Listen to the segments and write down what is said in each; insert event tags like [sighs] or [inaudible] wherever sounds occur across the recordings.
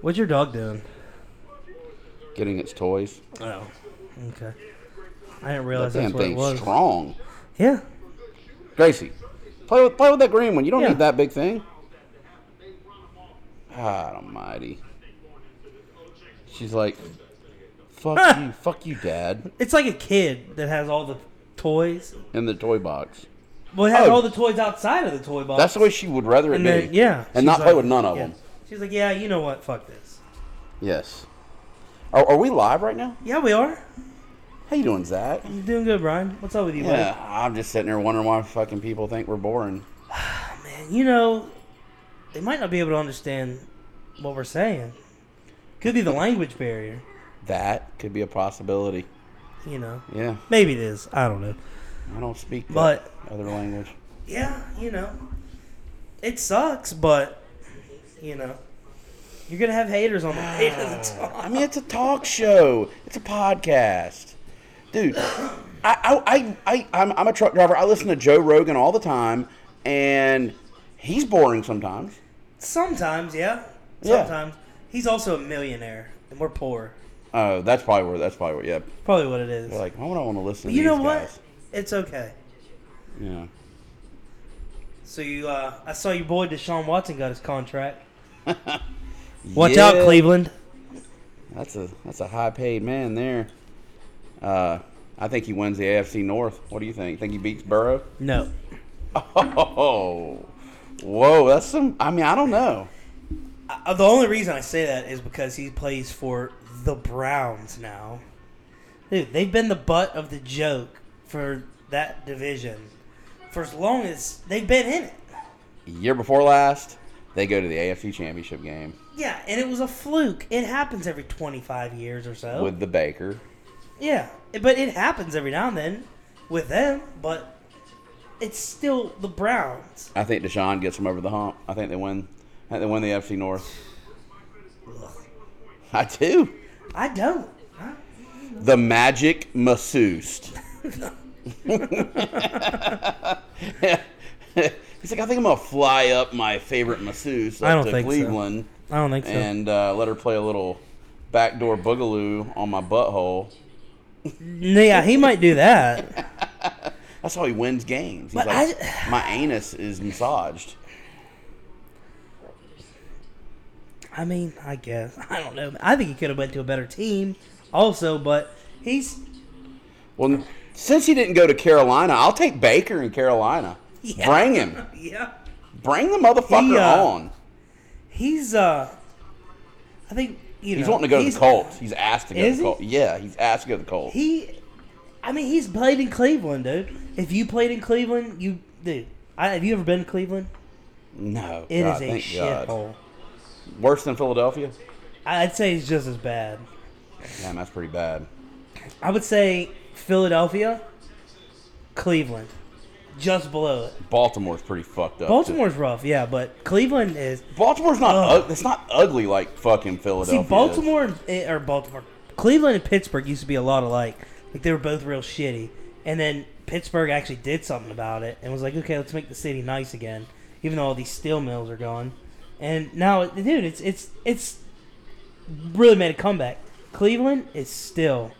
What's your dog doing? Getting its toys. Oh, okay. I didn't That realize damn that's what it thing's was. strong. Yeah. Gracie, play with play with that green one. You don't Yeah. need that big thing. God Almighty. She's like, fuck you, fuck you, Dad, It's like a kid that has all the toys. in the toy box. Well, it has Oh. all the toys outside of the toy box. That's the way she would rather it and be. then, yeah. she's and not play like- with none of yeah. them. She's like, yeah, you know what? Fuck this. Yes. Are, are we live right now? Yeah, we are. How you doing, Zach? You doing good, Brian? What's up with you, Yeah, I'm just sitting there wondering why fucking people think we're boring. buddy? And, You know, they might not be able to understand what we're saying. Could be the language barrier. That could be a possibility. You know, Yeah, maybe it is. I don't know. I don't speak that But- other language. yeah, you know, it sucks, but you know, you're gonna have haters [laughs] on the way to Ah. the top. I mean, it's a talk show. It's a podcast, dude. I, I, I, I I'm, I'm a truck driver. I listen to Joe Rogan all the time, and he's boring sometimes. Sometimes, yeah, Yeah. sometimes. He's also a millionaire, and we're poor. Oh, that's probably where. That's probably where. Yeah, Probably what it is. they're like, why would I want to listen? But to you these know what? guys? It's okay. Yeah. So you, uh, I saw your boy Deshaun Watson got his [laughs] contract. Watch Yeah. out, Cleveland. That's a that's a high paid man there. Uh, I think he wins the AFC North. What do you think? Think he beats Burrow? [laughs] No, Oh, whoa, that's some. I mean, I don't know. Uh, the only reason I say that is because he plays for the Browns now. Dude, they've been the butt of the joke for that division for as long as they've been in it. Year before last, they go to the AFC Championship game Yeah, and it was a fluke. It happens every 25 years or so. with the Baker. yeah, but it happens every now and then with them, but it's still the Browns. I think Deshaun gets them over the hump. I think they win. I think they win the AFC North. I do. I don't. I- The Magic Masseuse. He's like, I think I'm gonna fly up my favorite masseuse up I don't to think so. Cleveland I don't think so. and uh, let her play a little backdoor boogaloo on my butthole. yeah, he might do that. That's how he wins games. He's But like, my anus is massaged. I mean, I guess. [laughs] I don't know. I think he could have went to a better team also, but he's Well, since he didn't go to Carolina, I'll take Baker in Carolina. Yeah. Bring him. [laughs] yeah. Bring the motherfucker He, uh, on. He's uh I think you know He's wanting to go to he's- the Colts. He's asked to go to Is the he? Colts. Yeah, he's asked to go to the Colts. He I mean, he's played in Cleveland, dude. If you played in Cleveland, you dude. I, have you ever been to Cleveland? no. It is God, a thank God. shithole. Worse than Philadelphia? I'd say it's just as bad. Damn, that's pretty bad. I would say Philadelphia, Cleveland, just below it. Baltimore's pretty fucked up. too. Baltimore's rough, yeah, but Cleveland is. Baltimore's not. Ugh. ug- it's not ugly like fucking Philadelphia. See, is. Baltimore and- eh, or Baltimore, Cleveland and Pittsburgh used to be a lot alike. Like they were both real shitty, and then Pittsburgh actually did something about it and was like, okay, let's make the city nice again, even though all these steel mills are gone. And now, dude, it's it's it's really made a comeback. Cleveland is still,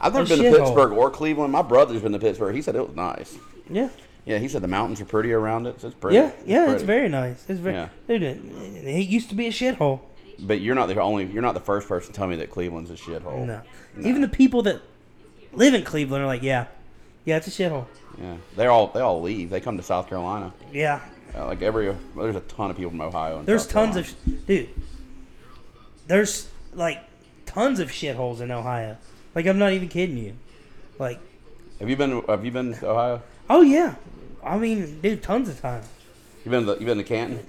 I've never a been to shithole. Pittsburgh or Cleveland. My brother's been to Pittsburgh. He said it was nice. yeah, Yeah, he said the mountains are pretty around it. So it's pretty. yeah, yeah. It's pretty. very nice. It's very, Yeah. dude. It, it used to be a shithole. But you're not the only. You're not the first person to tell me that Cleveland's a shithole. No. Even the people that live in Cleveland are like, yeah, yeah, it's a shithole. Yeah, they all they all leave. They come to South Carolina. Yeah, Uh, like every there's a ton of people from Ohio. And there's South tons of, Carolina. sh- dude. There's like tons of shitholes in Ohio. Like I'm not even kidding you. Like, Have you been? Have you been to Ohio? oh yeah, I mean, dude, tons of times. You been? To, you been to Canton?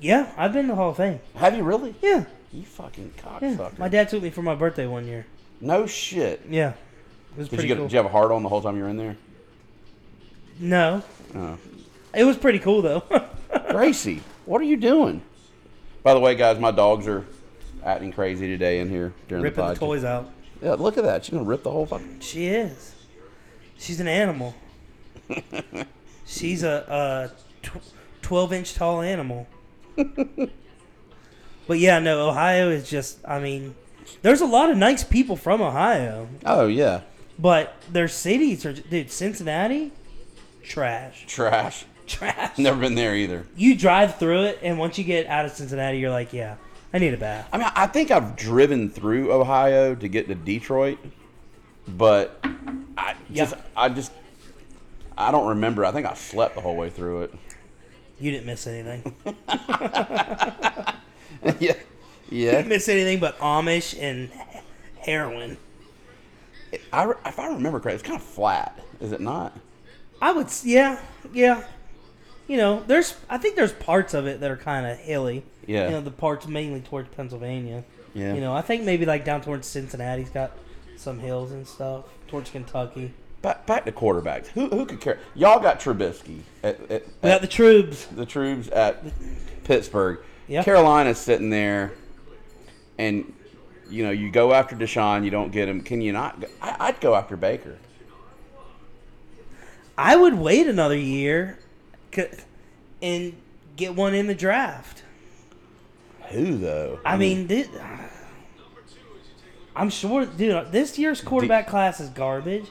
Yeah, I've been to Hall of Fame. Have you really? Yeah, You fucking yeah. cocksucker. My dad took me for my birthday one year. No shit. Yeah, it was Did pretty you, get, cool. did you have a hard on the whole time you were in there? no, Oh. it was pretty cool though. [laughs] Gracie, what are you doing? By the way, guys, my dogs are acting crazy today in here during Ripping the the podcast. toys out. Yeah, look at that. She's gonna rip the whole fucking. She is. She's an animal. She's a, a tw- 12 inch tall animal. But yeah, no, Ohio is just. I mean, there's a lot of nice people from Ohio, Oh yeah, but their cities are dude. Cincinnati, trash, trash. trash. Never been there either. You drive through it, and once you get out of Cincinnati, you're like, yeah, I need a bath. I mean, I think I've driven through Ohio to get to Detroit, but I Yeah. just, I just, I don't remember. I think I slept the whole way through it. You didn't miss anything. [laughs] yeah, didn't yeah. miss anything but Amish and heroin. I, re- if I remember correctly, it's kind of flat, is it not? I would, s- yeah, yeah. You know, there's, I think there's parts of it that are kind of hilly. Yeah. You know, the parts mainly towards Pennsylvania. Yeah. You know, I think maybe like down towards Cincinnati's got some hills and stuff towards Kentucky. Back, back to quarterbacks. Who, who could care? Y'all got Trubisky at, at, We got at the Trubes. the Trubes at Pittsburgh. Yeah. Carolina's sitting there, and you know you go after Deshaun, you don't get him. Can you not? Go? I, I'd go after Baker. I would wait another year, c- and get one in the draft. Who though? I mean, thi- I'm sure, dude. This year's quarterback class is garbage.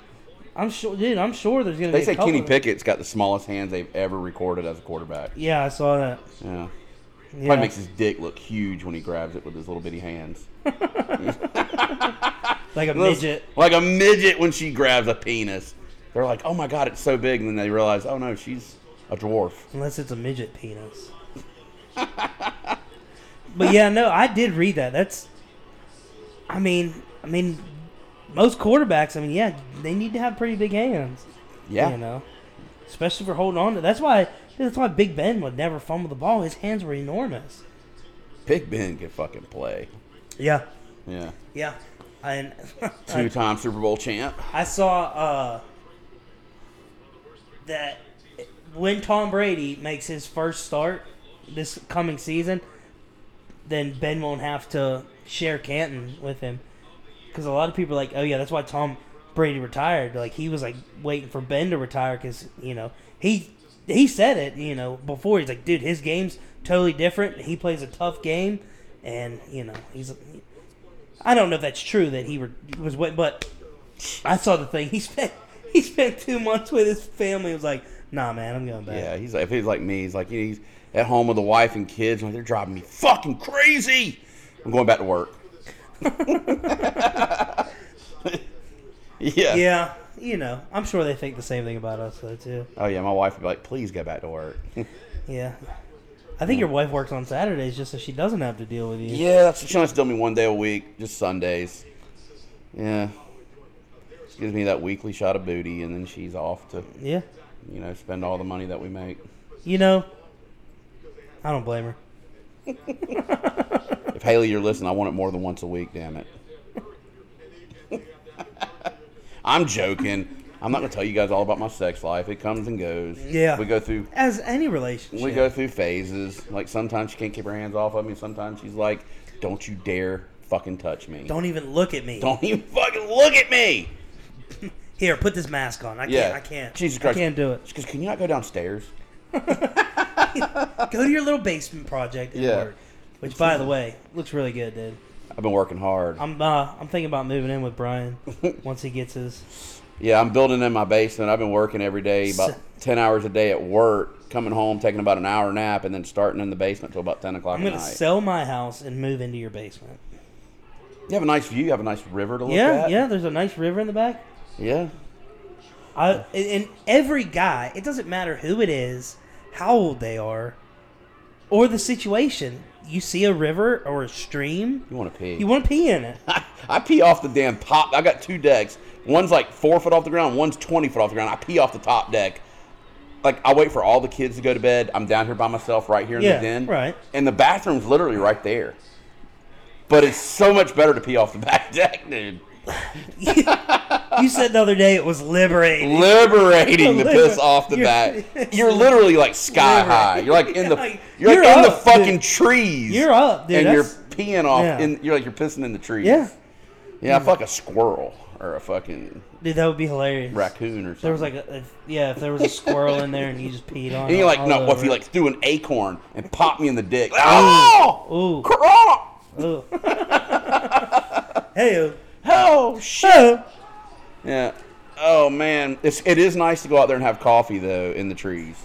I'm sure, dude. I'm sure there's gonna be. they a say couple Kenny of- Pickett's got the smallest hands they've ever recorded as a quarterback. Yeah, I saw that. Yeah. Yeah. Probably makes his dick look huge when he grabs it with his little bitty hands. like a midget. Like a midget when she grabs a penis. They're like, oh my god, it's so big. And then they realize, oh no, she's a dwarf. Unless it's a midget penis. but yeah, no, I did read that. That's, I mean, I mean, most quarterbacks. I mean, yeah, they need to have pretty big hands. Yeah. You know, especially for holding on to. That's why. That's why Big Ben would never fumble the ball. His hands were enormous. Big Ben can fucking play. Yeah. Yeah. Yeah. And [laughs] Two time Super Bowl champ. I saw uh, that when Tom Brady makes his first start this coming season, then Ben won't have to share Canton with him. Because a lot of people are like, oh, yeah, that's why Tom Brady retired. Like, he was, like, waiting for Ben to retire because, you know, he. He said it, you know, before. He's like, dude, his game's totally different. He plays a tough game, and you know, he's. I don't know if that's true that he re- was, wa- but I saw the thing. [laughs] He spent he spent two months with his family. He was like, nah, man, I'm going back. Yeah, he's like, if he's like me, he's like, he's at home with a wife and kids. I'm like, they're driving me fucking crazy. I'm going back to work. [laughs] yeah. Yeah, you know, I'm sure they think the same thing about us though too. Oh yeah, my wife would be like, please go back to work. [laughs] Yeah, I think your wife works on Saturdays just so she doesn't have to deal with you. yeah, that's she only has to tell me one day a week, just Sundays. Yeah. She gives me that weekly shot of booty and then she's off to, Yeah, you know, spend all the money that we make. you know, I don't blame her. If Haley you're listening, I want it more than once a week, damn it. [laughs] I'm joking. I'm not gonna tell you guys all about my sex life. It comes and goes. Yeah. We go through As any relationship, we go through phases. Like sometimes she can't keep her hands off of me, sometimes she's like, Don't you dare fucking touch me. don't even look at me. Don't even fucking look at me. Here, put this mask on. I Yeah, can't. I can't. Jesus Christ, I can't do it. She goes, can you not go downstairs? Go to your little basement project. And Yeah. Work, which, by the way, looks really good, dude. I've been working hard. I'm uh, I'm thinking about moving in with [laughs] Brian once he gets his. yeah, I'm building in my basement. I've been working every day, about So- ten hours a day at work. Coming home, taking about an hour nap, and then starting in the basement till about ten o'clock I'm at gonna night. sell my house and move into your basement. you have a nice view. You have a nice river to look yeah, at. yeah. There's a nice river in the back. yeah. I and every guy, it doesn't matter who it is, how old they are, or the situation. You see a river or a stream, You want to pee? you want to pee in [laughs] it. I pee off the damn top. I got two decks. One's like four foot off the ground. One's twenty foot off the ground. I pee off the top deck. Like I wait for all the kids to go to bed. I'm down here by myself, right here in Yeah, the den. right. And the bathroom's literally right there. But it's so much better to pee off the [laughs] back deck, dude. you said the other day it was liberating. [laughs] Liberating to piss off the You're- back. You're literally like sky Liberating. high. You're like in the Like, you're, like you're in the up, fucking dude. trees. You're up, dude. and you're That's- peeing off. yeah. In, you're like you're pissing in the trees. yeah. Yeah, I fuck a squirrel or a fucking Dude, that would be hilarious. raccoon or something. There was like a, if- yeah, if there was a squirrel in there and you just peed on. and you're it like, all no, what if over you it. like threw an acorn and popped me in [laughs] the dick? Oh, Ooh. Corona! [laughs] Ooh. hey, oh. Oh shit! Oh. Yeah. Oh man, it's it is nice to go out there and have coffee though in the trees.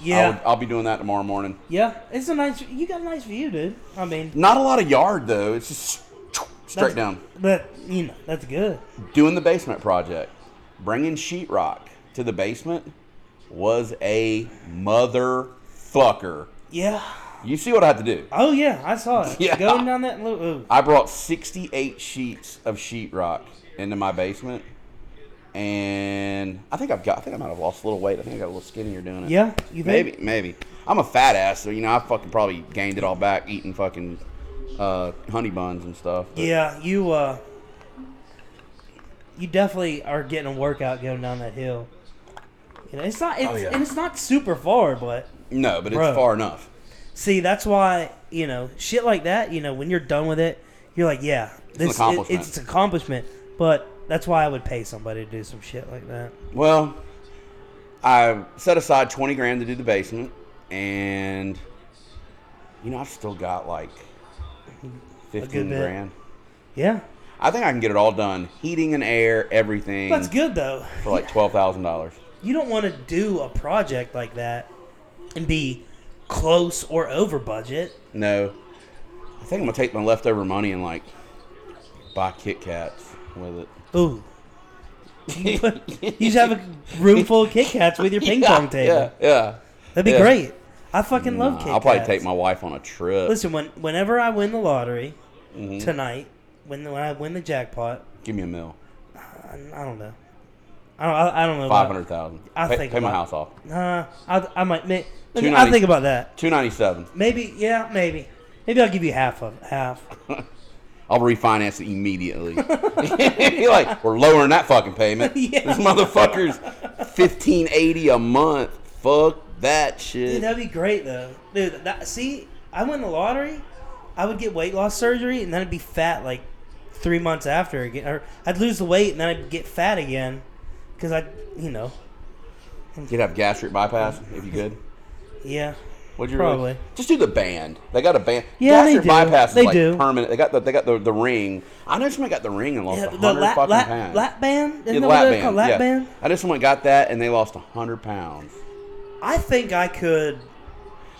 yeah, I'll, I'll be doing that tomorrow morning. yeah. It's a nice. You got a nice view, dude. I mean, Not a lot of yard though. It's just that's- straight down. But you know, that's good. Doing the basement project, bringing sheetrock to the basement was a motherfucker. Yeah. You see what I had to do? Oh yeah, I saw it. Yeah. Going down that little. Ooh. I brought 68 sheets of sheetrock into my basement, and I think I've got. I think I might have lost a little weight. I think I got a little skinnier doing it. Yeah, you think? Maybe, maybe. I'm a fat ass, so you know I fucking probably gained it all back eating fucking uh, honey buns and stuff. but- Yeah, you uh you definitely are getting a workout going down that hill. You know, it's not it's, Oh, yeah. and it's not super far, but No, but it's Bro. far enough. see that's why, you know, shit like that, you know, when you're done with it, you're like, yeah, this it- accomplishment. it's an accomplishment, but that's why I would pay somebody to do some shit like that. Well, I set aside 20 grand to do the basement, and you know I've still got like 15 bit. grand. Yeah. I think I can get it all done. Heating and air, everything. That's good though. for like twelve thousand dollars. You don't want to do a project like that and be close or over budget. No, I think I'm gonna take my leftover money and like buy Kit Kats with it. Ooh. you just have a [laughs] room full of Kit Kats with your ping pong table. Yeah, yeah. That'd be yeah. great. I fucking love Nah, Kit I'll probably Kats. take my wife on a trip. Listen, when, whenever I win the lottery Mm-hmm. tonight, when, when I win the jackpot, Give me a mill, I, I don't know. I don't, I, I don't know. five about- hundred thousand. I Pay, think pay my about- house off. Nah, I, I might. May, let me- I'll 290. think about that. Two ninety seven. Maybe, yeah, maybe. Maybe I'll give you half of half. I'll refinance it immediately. [laughs] You're like, we're lowering that fucking payment. [laughs] Yeah. This motherfucker's fifteen eighty a month. Fuck that shit. Dude, that'd be great though, dude. That, see, I win the lottery, I would get weight loss surgery, and then I'd be fat like three months after again. Or I'd lose the weight, and then I'd get fat again, because I, you know, You'd have gastric bypass if you could. yeah, Would you Probably. really? Just do the band. They got a band. Yeah, they Gastric do. bypass is They like do. permanent. They got the they got the, the ring. I know someone got the ring and lost yeah a the hundred lap, fucking lap, pounds. lap band, Yeah, isn't that lap what they're band, called? Lap yeah. band. I know someone got that and they lost a hundred pounds. I think I could.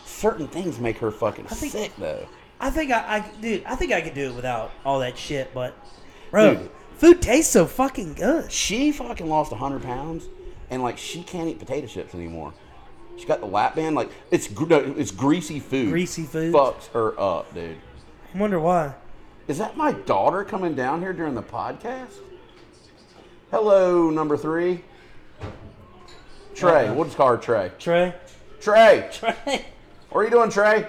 Certain things make her fucking think- sick though. I think I, I, dude. I think I could do it without all that shit. But, bro, Dude. food tastes so fucking good. She fucking lost a hundred pounds and like she can't eat potato chips anymore. She got the lap band. Like it's gr- no, it's greasy food. Greasy food. fucks her up, dude. I wonder why. Is that my daughter coming down here during the podcast? Hello, number three. Uh-huh. Trey. We'll just call her Trey. Trey, Trey. Trey. What are you doing, Trey?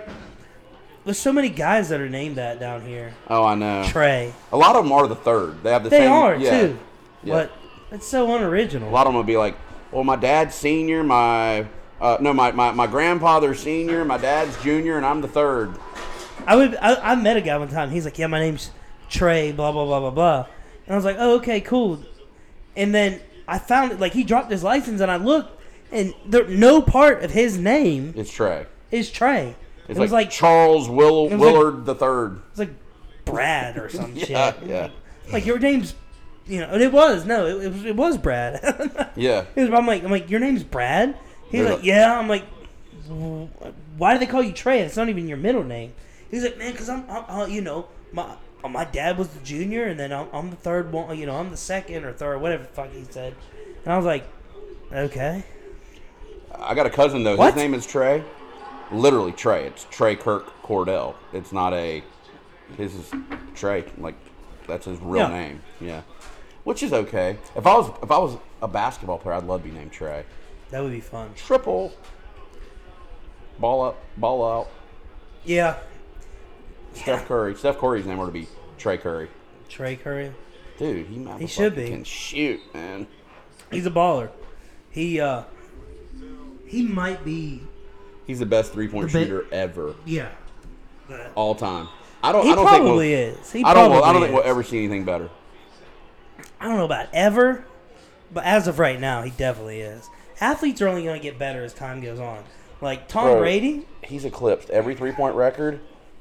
There's so many guys that are named that down here. Oh, I know. Trey. A lot of them are the third. They have the They same. are yeah, too. yeah. But it's so unoriginal. A lot of them will be like, well, my dad's senior, my. Uh, no, my, my, my grandfather's senior, my dad's junior, and I'm the third. I would I, I met a guy one time. He's like, "Yeah, my name's Trey." Blah blah blah blah blah. And I was like, "Oh, okay, cool." And then I found it. Like he dropped his license, and I looked, and there no part of his name It's Trey. is Trey. It's it was like, Charles Will- was like- Willard the third. it was like Brad or some [laughs] Yeah, shit. yeah, Like your name's, you know, and it was no, it, it was it was Brad. [laughs] yeah. He was- I'm like, I'm like, your name's Brad. He's They're like, like- yeah. I'm like, "W- why do they call you Trey? It's not even your middle name. He's like, man, because I'm, I'm uh, you know, my uh, my dad was the junior, and then I'm, I'm the third one. You know, I'm the second or third, whatever the fuck he said. And I was like, okay, I got a cousin though. What? His name is Trey. Literally Trey. It's Trey Kirk Cordell. It's not a. His is Trey. Like that's his Yeah. real name. Yeah. Which is okay. If I was if I was a basketball player, I'd love to be named Trey. that would be fun. Triple. Ball up. Ball out. Yeah, Steph Curry. Steph Curry's name were to be Trey Curry. Trey Curry. Dude, he might. should be. Can shoot, man. He's a baller. He uh, he might be. He's the best three point The ba- shooter ever, Yeah, but all time. I don't. he I don't think we'll, probably is. He I don't. Probably I don't think is. we'll ever see anything better. I don't know about ever, but as of right now, he definitely is. Athletes are only going to get better as time goes on. Like Tom Bro, Brady, He's eclipsed every three point record,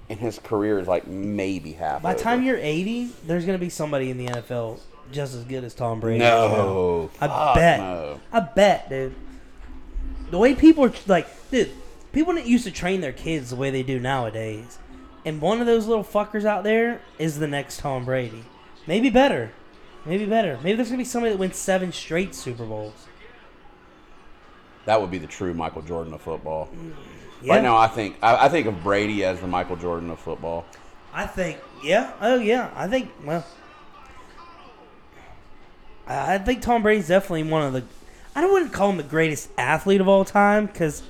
and his career is like maybe half. by the over. time you're 80, there's going to be somebody in the NFL just as good as Tom Brady. No. you know? I Fuck bet. no. I bet, dude. The way people are like, dude, people didn't used to train their kids the way they do nowadays. And one of those little fuckers out there is the next Tom Brady. Maybe better. Maybe better. Maybe there's going to be somebody that wins seven straight Super Bowls. that would be the true Michael Jordan of football. Yeah. Right now, I think I, I think of Brady as the Michael Jordan of football. I think, yeah, oh yeah, I think. Well, I I think Tom Brady's definitely one of the. I don't want to call him the greatest athlete of all time because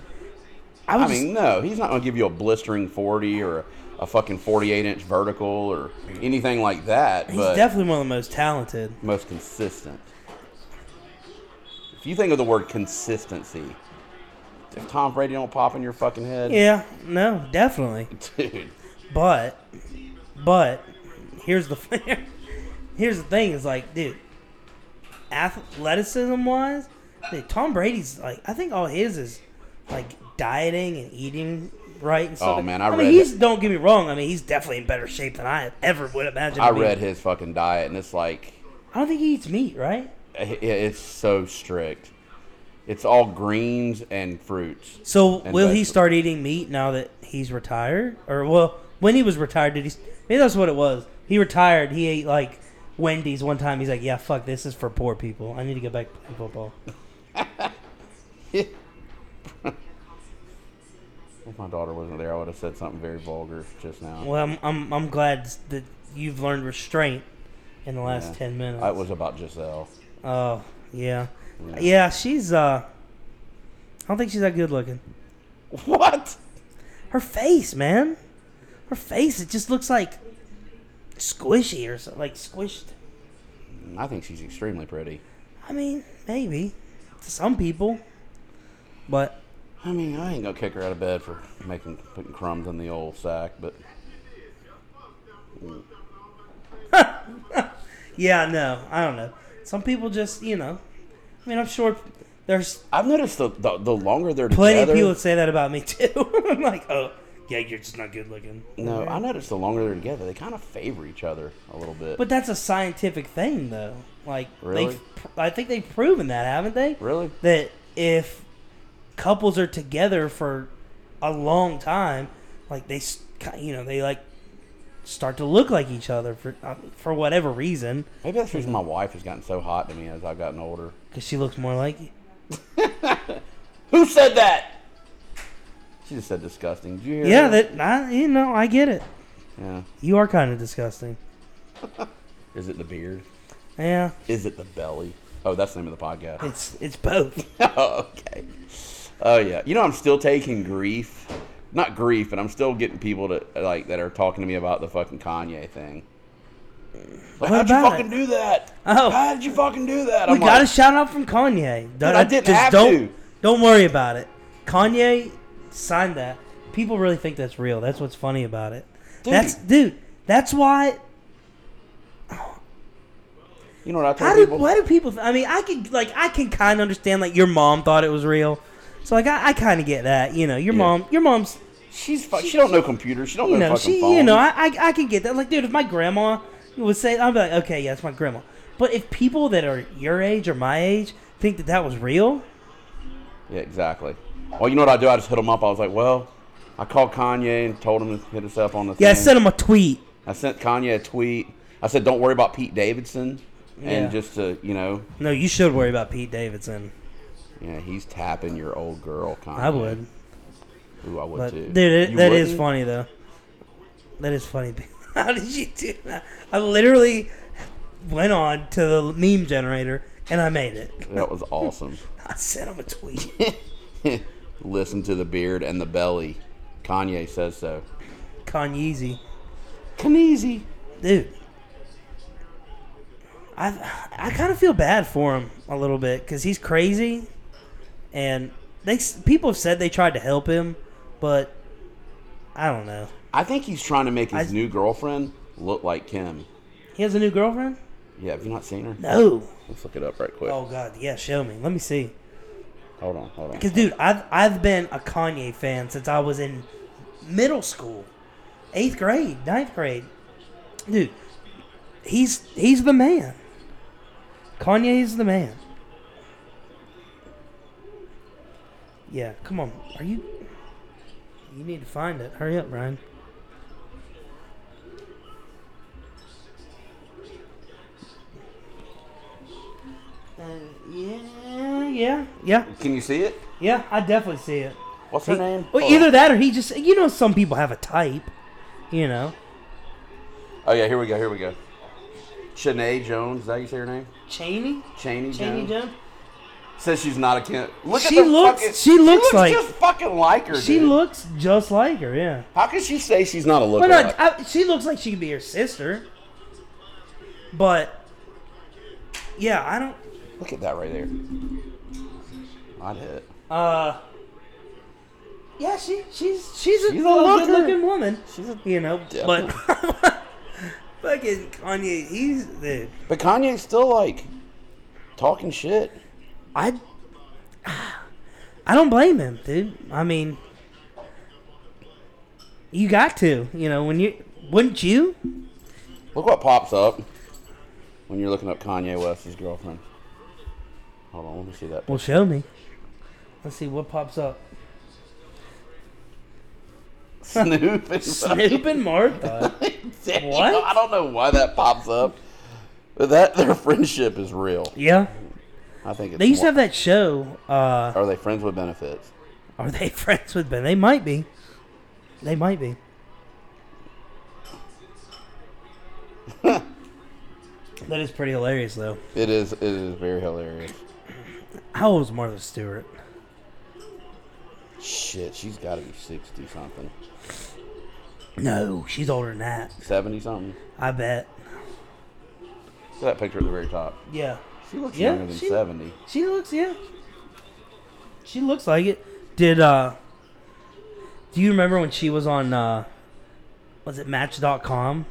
I I was. mean, no, he's not going to give you a blistering forty or a, a fucking forty-eight inch vertical or anything like that. he's but definitely one of the most talented. most consistent. If you think of the word consistency, if Tom Brady don't pop in your fucking head, Yeah, no, definitely. dude. But, but here's the [laughs] here's the thing is like, dude, athleticism wise, dude, Tom Brady's like I think all his is like dieting and eating right and stuff. Oh, like- man, I mean read he's don't get me wrong. I mean he's definitely in better shape than I ever would imagine. I him being. read his fucking diet, and it's like I don't think he eats meat, right? i- i- it's so strict. It's all greens and fruits. So And will he vegetables. start eating meat now that he's retired? Or well, when he was retired, did he? Maybe that's what it was. He retired. He ate like Wendy's one time. He's like, yeah, fuck, this is for poor people. I need to go back to playing football. If my daughter wasn't there, I would have said something very vulgar just now. Well, I'm I'm, I'm glad that you've learned restraint in the last Yeah. ten minutes. I was about Giselle. Oh yeah, Yeah. yeah. she's uh, I don't think she's that good looking. What? Her face, man, her face. It just looks like squishy or something, like squished. I think she's extremely pretty. I mean, maybe to some people, but I mean, I ain't gonna kick her out of bed for making putting crumbs in the old sack, but yeah, no, I don't know. Some people just, you know, I mean, I'm sure there's I've noticed the the, the longer they're plenty together, of people that say that about me [laughs] too. I'm like, oh, yeah, you're just not good looking. No, I noticed the longer they're together, they kind of favor each other a little bit. But that's a scientific thing, though. Like, Really? they've, pr- I think they've proven that, haven't they? really, That if couples are together for a long time, like they, s- ki- you know, they like start to look like each other for uh, for whatever reason, maybe that's the reason my wife has gotten so hot to me as I've gotten older. because she looks more like you. Who said that? She just said disgusting. Did you hear? Yeah, that I, you know, I get it. Yeah. You are kind of disgusting. Is it the beard? Yeah, Is it the belly? Oh, that's the name of the podcast. it's it's both. okay. Oh yeah. You know, I'm still taking grief. Not grief, but I'm still getting people to like that are talking to me about the fucking Kanye thing. Like, What how'd you about fucking it? do that? Oh. How did you fucking do that? we [laughs] I'm got a like, shout out from Kanye. Don't- I didn't have don't, to. Don't worry about it. Kanye signed that. People really think that's real. That's what's funny about it. Dude. That's dude. That's why. you know what I told How do people? why do people? I mean, I can like I can kind of understand like your mom thought it was real, so like I, I kind of get that. You know, your Yeah. mom. Your mom's She's fu- she, don't know computers. She don't you know, know, fucking she, phones. you know, I, I, I can get that. Like, dude, if my grandma would say, I'm like, okay, yeah, it's my grandma. But if people that are your age or my age think that that was real, yeah, exactly. Well, you know what I do? I just hit him up. I was like, well, I called Kanye and told him to hit us up on the yeah, I thing. sent him a tweet. I sent Kanye a tweet. I said, don't worry about Pete Davidson. Yeah. And just to, you know, No, you should worry about Pete Davidson. yeah, he's tapping your old girl, Kanye. I would, Ooh, I would but too. dude, it, You that is wouldn't? funny though. That is funny. [laughs] How did you do that? I literally went on to the meme generator and I made it. [laughs] That was awesome. [laughs] I sent him a [laughs] tweet. Listen to the beard and the belly. Kanye says so. Kanyeezy. Kneezy. dude. I I kind of feel bad for him a little bit because he's crazy, and they s- people have said they tried to help him, but I don't know. I think he's trying to make his I- new girlfriend look like Kim. He has a new girlfriend. Yeah, have you not seen her? No. Let's look it up right quick. Oh God, yeah, show me. Let me see. Hold on, hold on. Cause dude, I've I've been a Kanye fan since I was in middle school, eighth grade, ninth grade. Dude, he's he's the man. Kanye's the man. Yeah, come on. Are you? You need to find it. Hurry up, Brian. Uh, yeah, yeah, yeah. Can you see it? Yeah, I definitely see it. What's her He- name? Well, Hold on. either that or he just, you know, some people have a type, you know. Oh yeah, here we go. Here we go. Shanae Jones. Is that how you say her name? Cheney? Cheney Jones. Cheney Jones? Says she's not a kid. Look She at the looks- Fucking, she looks like- just fucking like her. She dude. looks just like her, yeah. How can she say she's not a But lookalike? no, I, she looks like she could be her sister. But, yeah, I don't. Look at that right there. Not hit. Uh, yeah, she she's she's a, She's a looker. good looking woman, She's a, you know. But [laughs] fucking Kanye, he's dude. but Kanye's still like talking shit. I I don't blame him, dude. I mean, you got to, you know, when you wouldn't you? Look what pops up when you're looking up Kanye West's girlfriend. Hold on, let me see that. Well, show me. Let's see what pops up. [laughs] Snoop. and- Snoop and [laughs] Martha. Damn, What? I don't know why that pops up. But that their friendship is real. yeah, I think it's they used to have more- that show. Uh, Are they friends with benefits? are they [laughs] friends with Ben? They might be. They might [laughs] be. that is pretty hilarious, though. It is. It is very hilarious. How old is Martha Stewart? Shit, she's got to be sixty something, No, she's older than that. seventy something. I bet. Look at that picture at the very top. Yeah. She looks Yeah, younger than she- seventy. [laughs] She looks, yeah. She looks like it. Did uh Do you remember when she was on uh was it match.com?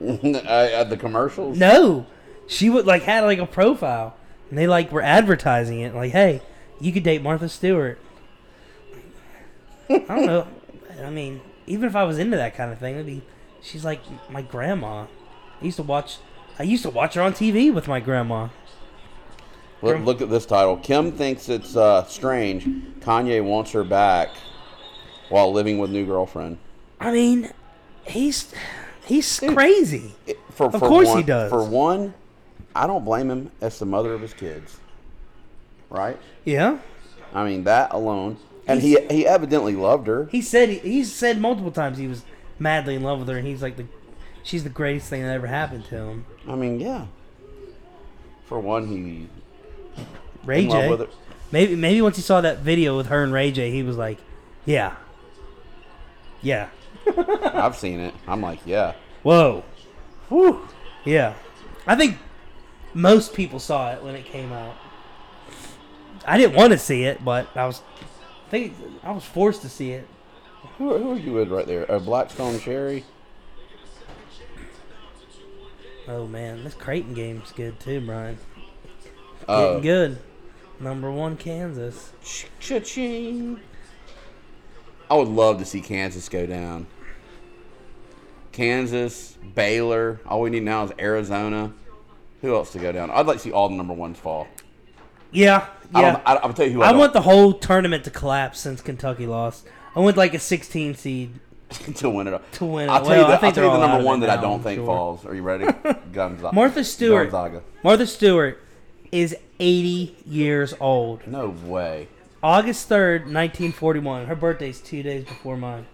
I, I, the commercials. No. She would like had like a profile and they like were advertising it like, "Hey, you could date Martha Stewart." I don't know. [laughs] I mean, even if I was into that kind of thing, it'd be she's like my grandma. I used to watch I used to watch her on TV with my grandma. Look, look at this title. Kim thinks it's uh, strange. Kanye wants her back while living with new girlfriend. I mean, he's he's crazy. It- for, Of for course he one, does. For one, I don't blame him as the mother of his kids. Right? Yeah. I mean that alone, and he he evidently loved her. He said he said multiple times he was madly in love with her, and he's like the she's the greatest thing that ever happened to him. I mean, yeah. For one, he Ray in love J. with her. Maybe maybe once he saw that video with her and Ray J, he was like, yeah, yeah, I've seen it. I'm like, yeah. whoa, whew, yeah. I think most people saw it when it came out. I didn't want to see it, but I was I think I was forced to see it. Who, who are you with right there? A Blackstone Cherry. Oh man, this Creighton game's good too, Brian. Uh, Getting good. Number one, Kansas. Cha-ching. I would love to see Kansas go down. Kansas, Baylor. All we need now is Arizona. Who else to go down? I'd like to see all the number ones fall. Yeah, I yeah. don't, I, I'll tell you who I, I, don't- want the whole tournament to collapse since Kentucky lost. I want like a 16 seed. [laughs] to win it. all. to win it. I'll tell Well, you the, I think I'll tell you they're the all out number of one it that I now, don't I'm think sure. falls. Are [laughs] you ready? Gonzaga. Martha Stewart. Gonzaga. Martha Stewart is 80 years old. No way. August 3rd, 1941. Her birthday's two days before mine.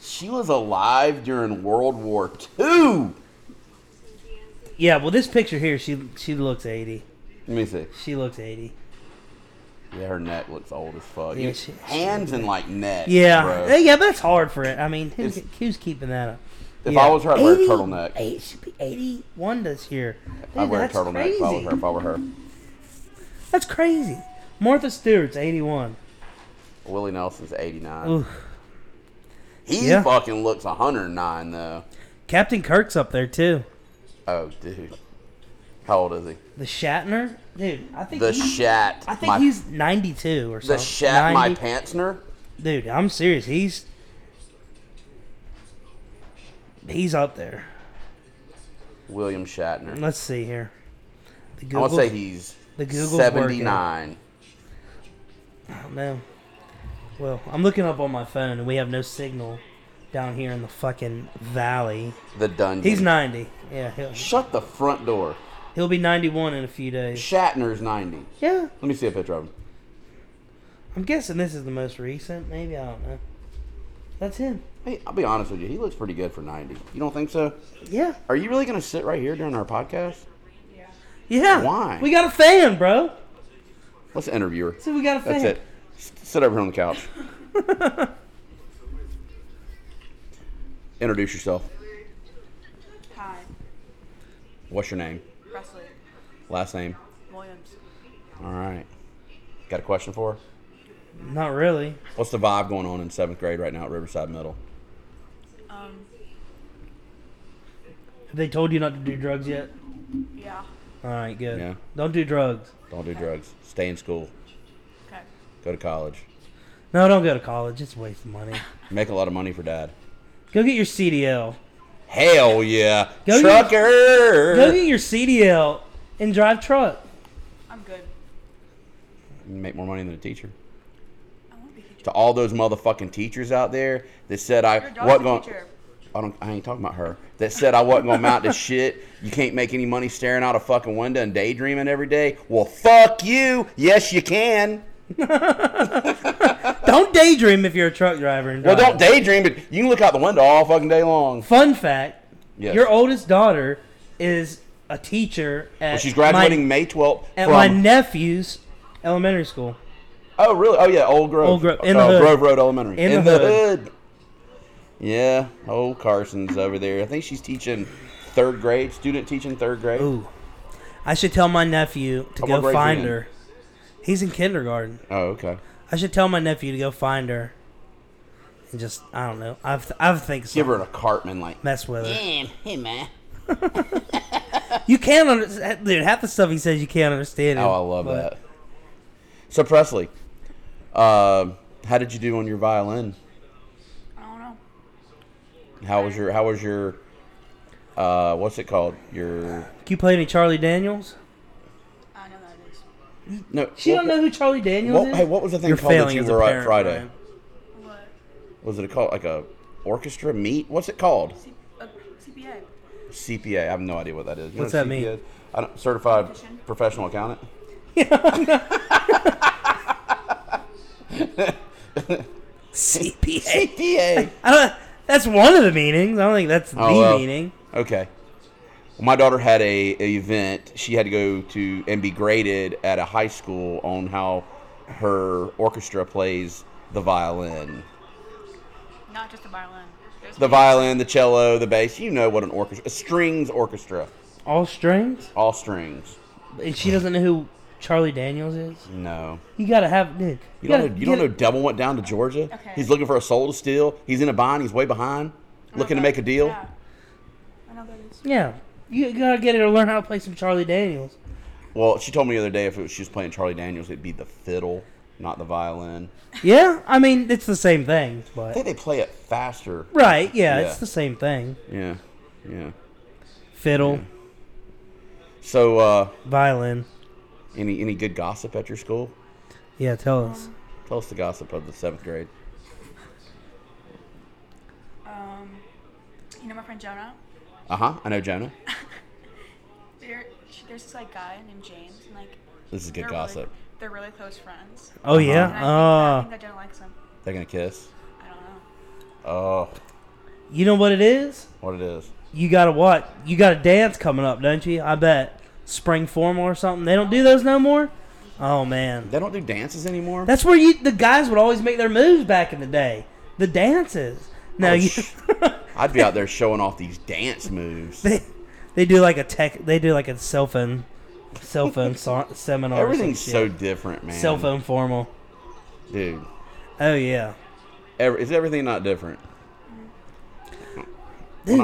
She was alive during World War II. Yeah, well, this picture here, she she looks 80. Let me see. She looks 80. Yeah, her neck looks old as fuck. Yeah, she- Hands and like neck. Yeah, bro. Hey, yeah, but that's hard for it. I mean, who's, It's- who's keeping that up? If Yeah. I was her, I'd wear a 80 turtleneck. Eight, she'd be 81 this year. I'd Dude, wear a that's turtleneck if I were crazy. her. If I were her. That's crazy. Martha Stewart's 81. Willie Nelson's 89. Ooh. He Yeah. fucking looks 109 though. Captain Kirk's up there too. Oh, dude. How old is he? The Shatner, dude. I think The he's- Shat. I think my- he's 92 or the something. Shat. My 90 Pantsner. Dude, I'm serious. He's he's up there. William Shatner. Let's see here. The I Google. want to say he's the Google's seventy nine. No. Well, I'm looking up on my phone, and we have no signal down here in the fucking valley. The Dungeon. He's 90. Yeah, he'll, Shut the front door. he'll be 91 in a few days. Shatner's ninety. Yeah, Let me see a picture of him. I'm guessing this is the most recent. Maybe I don't know. That's him. Hey, I'll be honest with you. He looks pretty good for ninety. You don't think so? Yeah. Are you really gonna sit right here during our podcast? Yeah. Why? We got a fan, bro. Let's interview her. See, we got a fan. That's it. S- sit over here on the couch. [laughs] Introduce yourself. Hi, What's your name? Presley Last name. Williams. All right. Got a question for her? Not really. What's the vibe going on in seventh grade right now at Riverside Middle? Um, Have they told you not to do drugs yet? yeah. All right, good. Yeah. Don't do drugs. Don't do drugs. Stay in school. Okay. Go to college. No, don't go to college. It's a waste of money. Make a lot of money for dad. Go get your CDL. Hell yeah. Go get- Trucker. Go get your CDL and drive truck. I'm good. Make more money than a teacher. I want to be a teacher. To all those motherfucking teachers out there that said I Your what daughter's a gon- teacher. I don't. I ain't talking about her. That said, I wasn't gonna mount [laughs] to shit. You can't make any money staring out a fucking window and daydreaming every day. Well, fuck you. Yes, you can. Don't daydream if you're a truck driver. And Well, drive. don't daydream, but you can look out the window all fucking day long. Fun fact: Yes. Your oldest daughter is a teacher at. She's graduating My, May twelfth at from. my nephew's elementary school. oh, really? Oh, yeah, Old Grove. Old Grove, in the Oh, hood. Grove Road Elementary. In the hood. hood. Yeah, old Carson's over there. I think she's teaching third grade. Student teaching third grade. Ooh, I should tell my nephew to Oh, go what grade is he find in? her. He's in kindergarten. Oh, okay. I should tell my nephew to go find her. And just I don't know. I've I've think Give her so. an apartment, like. Mess with her. Damn, hey man. You can't understand, dude. Half the stuff he says you can't understand. Oh, I love but- that. So Presley, uh, how did you do on your violin? I don't know. How was your How was your uh, What's it called? Your Can you play any Charlie Daniels? I know that is. no. She don't know who Charlie Daniels What, is. hey, what was the thing You're called that failing you as a were at parent, Friday? Brian. What? Was it a call like a orchestra meet? What's it called? C- uh, CPA. CPA. I have no idea what that is. You know What's what that mean? CPA is? I don't, certified Profession. professional accountant. CPA. CPA. I don't. That's one of the meanings. I don't think that's Oh, the well. meaning. Okay. Well, my daughter had a, a event. She had to go to and be graded at a high school on how her orchestra plays the violin. Not just a violin. There's The violin, the cello, the bass. You know what an orchestra, a strings orchestra, All strings, all strings. and she doesn't know who Charlie Daniels is. No, You gotta have, dude. you don't gotta know. You don't know. get- Devil went down to Georgia. Okay. He's looking for a soul to steal. He's in a bind. He's way behind, I know looking to that- make a deal. Uh-huh. Yeah. I know that is. Yeah, you gotta get her to learn how to play some Charlie Daniels. Well, she told me the other day if it was, she was playing Charlie Daniels, it'd be the fiddle, not the violin. Yeah, I mean it's the same thing, I but think they play it faster. right? Yeah, it's Yeah. the same thing. Yeah, yeah. Fiddle, So, uh, violin. any any good gossip at your school? Yeah, tell us. Tell us the gossip of the seventh grade. Um, you know my friend Jonah? Uh huh. I know Jonah. There, she, there's this like guy named James, and like. This is good they're gossip. Really, they're really close friends. Uh-huh. Oh yeah. And I, think, I Uh, think that Jonah likes him. They're gonna kiss. I don't know. Oh, you know what it is? what it is? You gotta what? You got a dance coming up, don't you? I bet spring formal or something. They don't do those no more. Oh man, They don't do dances anymore. that's where you the guys would always make their moves back in the day. The dances. Now Oh, you. sh- I'd be out there showing off these dance moves. they, [laughs] they do like a tech. They do like a cell phone, cell phone [laughs] so- seminar. or some Everything's so shit. different, man. cell phone formal. dude. Oh yeah, Every, is everything not different? dude.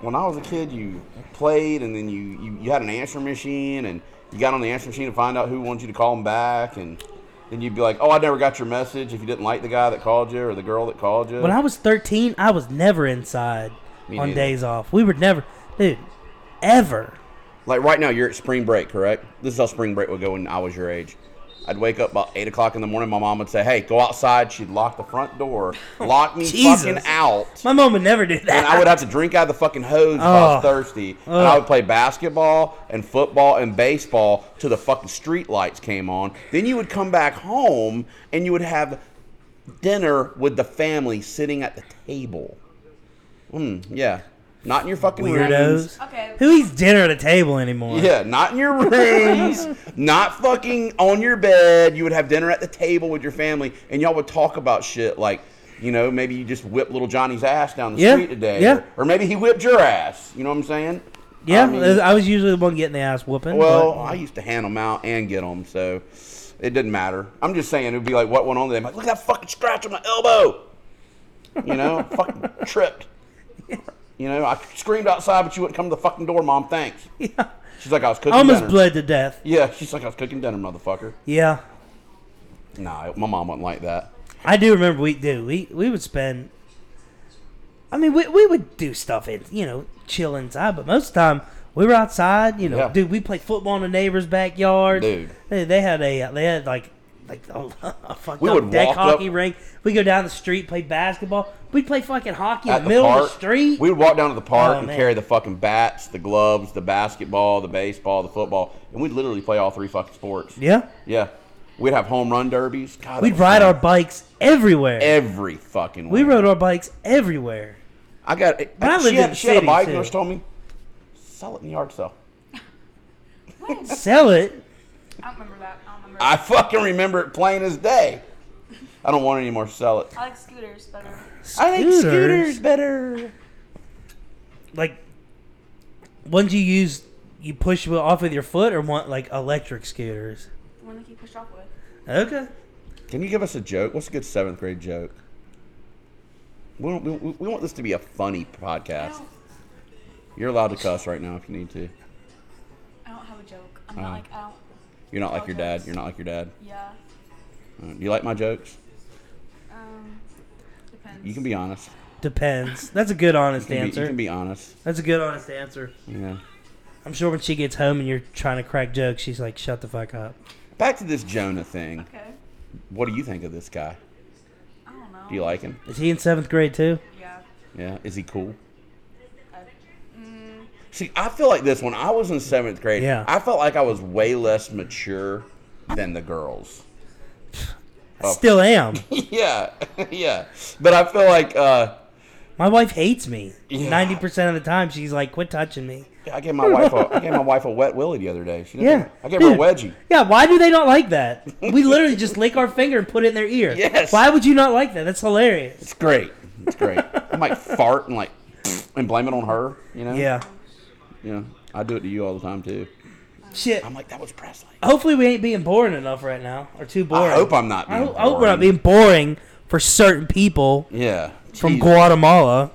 when I was a kid, you played and then you, you, you had an answer machine and you got on the answer machine to find out who wanted you to call them back. And then you'd be like, oh, I never got your message if you didn't like the guy that called you or the girl that called you. When I was 13, I was never inside Me on neither. days off. We were never, dude, ever. like right now, you're at spring break, correct? This is how spring break would go when I was your age. I'd wake up about 8 o'clock in the morning. My mom would say, hey, go outside. She'd lock the front door, lock me [laughs] Jesus. fucking out. My mom would never do that. and I would have to drink out of the fucking hose if I Ugh. was thirsty. And I Ugh. would play basketball and football and baseball till the fucking street lights came on. Then you would come back home and you would have dinner with the family sitting at the table. Mm, yeah. Not in your fucking rooms. Weirdos. Okay. Who eats dinner at a table anymore? Yeah, not in your [laughs] rooms, not fucking on your bed. You would have dinner at the table with your family, and y'all would talk about shit like, you know, maybe you just whipped little Johnny's ass down the Yeah, street today, yeah. or, or maybe he whipped your ass. You know what I'm saying? Yeah, uh, I I, mean- was usually the one getting the ass whooping. Well, but- I used to hand them out and get them, so it didn't matter. I'm just saying it would be like what went on today. I'm like, look at that fucking scratch on my elbow. You know, [laughs] fucking [laughs] tripped. You know, I screamed outside, but you wouldn't come to the fucking door, mom. Thanks. [laughs] yeah. She's like, I was cooking. I almost dinner. bled to death. Yeah, she's like, I was cooking dinner, motherfucker. Yeah, Nah, my mom wasn't like that. I do remember we do. We we would spend. I mean, we, we would do stuff in you know chill inside, but most of the time we were outside. You know, Yeah. dude, we played football in the neighbor's backyard. Dude. they, they had a they had like like a, [laughs] a fucked We up would deck walk up- hockey rink. We go down the street, play basketball. We'd play fucking hockey in At the, middle park, of the street. We would walk down to the park Oh, and man. carry the fucking bats, the gloves, the basketball, the baseball, the football, and we'd literally play all three fucking sports. yeah, Yeah. We'd have home run derbies. God, that we'd was ride our fun. bikes everywhere. every fucking. we one. rode our bikes everywhere. I got. I, I she lived had, in she had a city, bike. too. Nurse told me, sell it in the yard sale. Sell it. [laughs] I don't remember that. I don't remember. I fucking remember it plain as day. I don't want it anymore. Sell it. I like scooters better. I like scooters better. Like ones you use, you push with- off with your foot, or want like electric scooters. The one that you pushed off with. Okay. Can you give us a joke? What's a good seventh grade joke? We, don't, we, we want this to be a funny I podcast. don't. You're allowed to cuss right now if you need to. I don't have a joke. I'm not Oh. like I don't. You're not like Oh, your dad. jokes. You're not like your dad. Yeah. Uh, do you like my jokes? Um. Depends. You can be honest. Depends. That's a good honest You can be, answer. you can be honest. That's a good honest answer. Yeah. I'm sure when she gets home and you're trying to crack jokes, she's like, "Shut the fuck up." Back to this Jonah thing. Okay. What do you think of this guy? I don't know. Do you like him? Is he in seventh grade too? Yeah. Yeah. Is he cool? I, mm, See, I feel like this when I was in seventh grade, Yeah. I felt like I was way less mature than the girls. [laughs] Oh. Still [laughs] am. yeah, yeah. But I feel like uh, My wife hates me. Yeah. Ninety percent of the time, she's like, "Quit touching me." I gave my wife a I gave my wife a wet willy the other day. She didn't Yeah. Hmm. I gave Dude. her a wedgie. Yeah, why do they not like that? We literally just lick our finger and put it in their ear. [laughs] Yes. Why would you not like that? That's hilarious. It's great. It's great. [laughs] I might fart and like and blame it on her. You know. Yeah. You know. I do it to you all the time too. Shit. I'm like that was Presley. Hopefully we ain't being boring enough right now, or too boring. I hope I'm not. I Being hope, I hope we're not boring. being boring for certain people Yeah. from Jeez, Guatemala.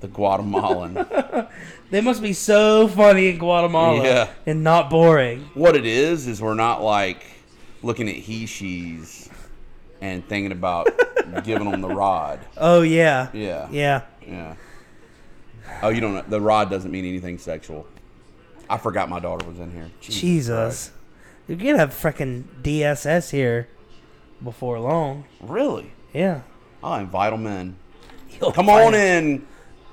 the Guatemalan. [laughs] They must be so funny in Guatemala Yeah. and not boring. what it is is we're not like looking at he she's and [laughs] thinking about giving them the rod. Oh yeah. Yeah. Yeah. Yeah. Oh, you don't know. The rod doesn't mean anything sexual. I forgot my daughter was in here. Jesus Jesus. You're gonna have freaking DSS here before long. Christ. Really? Ah, Yeah. I'll invite them in. You'll Come on find- in.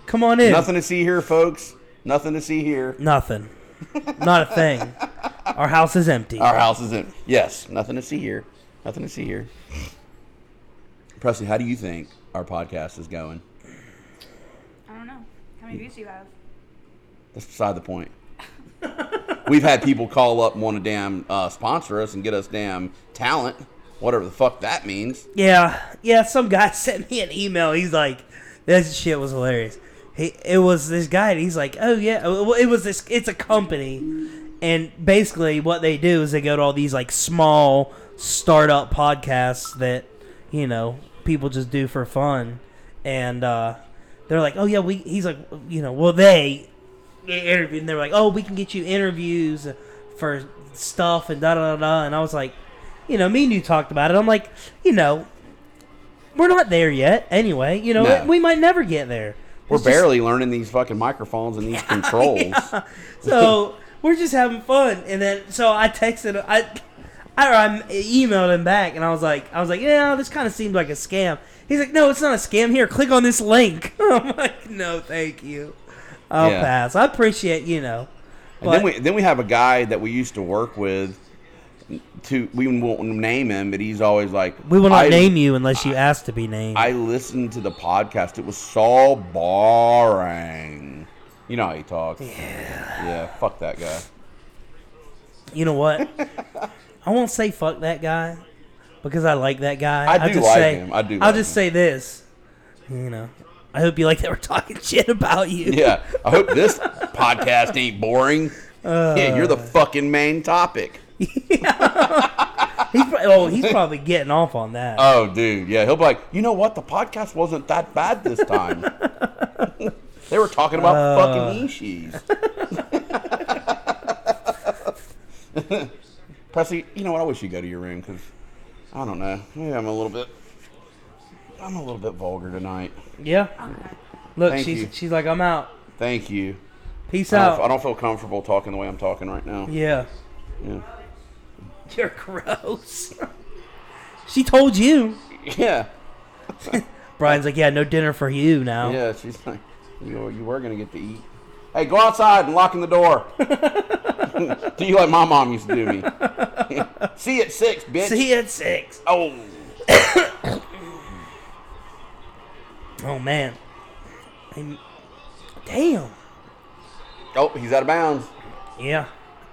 Come on in. Nothing to see here, folks. Nothing to see here. Nothing. Not a [laughs] thing. Our house is empty. Our house isn't. Yes, nothing to see here. Nothing to see here. Presley, how do you think our podcast is going? I don't know. How many views do you have? That's beside the point. We've had people call up and want to damn uh, sponsor us and get us damn talent, whatever the fuck that means. Yeah, yeah. Some guy [laughs] sent me an email. He's like, "This shit was hilarious." He, it was this guy, and he's like, "Oh yeah, well, it was this. It's a company, and basically what they do is they go to all these like small startup podcasts that you know people just do for fun, and uh, they're like, oh yeah, we. He's like, you know, well they, they interviewed. And they're like, oh, we can get you interviews for stuff and da da da da. And I was like, you know, me and you talked about it. I'm like, you know, we're not there yet. Anyway, you know, No. we might never get there. We're It's just- barely learning these fucking microphones and these controls. yeah. [laughs] So we're just having fun, and then so I texted I, I, or I emailed him back, and I was like, I was like, yeah, this kind of seemed like a scam. He's like, no, it's not a scam. Here, click on this link. [laughs] I'm like, no, thank you. I'll Yeah. pass. I appreciate you know. And then we then we have a guy that we used to work with. To we won't name him, but he's always like we will not I- name you unless you ask to be named. I listened to the podcast. It was so boring. You know how he talks. Yeah. fuck that guy. you know what? [laughs] I won't say fuck that guy because I like that guy. I I'll do just like say, him. I do I'll like just him. say this. You know, I hope you like that we're talking [laughs] shit about you. Yeah. I hope [laughs] this podcast ain't boring. yeah, you're the fucking main topic. He's pro- oh, he's probably getting off on that. Oh, dude. Yeah. He'll be like, you know what? The podcast wasn't that bad this [laughs] time. they were talking about fucking [laughs] Ishis. Presley, you know what? I wish you'd go to your room because I don't know. Maybe I'm a little bit. I'm a little bit vulgar tonight. yeah. Look, Thank she's you. she's like, I'm out. Thank you. Peace I don't, out. I don't feel comfortable talking the way I'm talking right now. yeah. [laughs] Yeah. You're gross. [laughs] she told you. Yeah. Brian's like, yeah, no dinner for you [laughs] now. Yeah, she's like, you, you were going to get to eat. Hey, go outside and lock in [laughs] the door. do you like my mom used to do me? [laughs] See you at six, bitch. See you at six. oh. Oh man. And- damn. Oh, he's out of bounds. Yeah.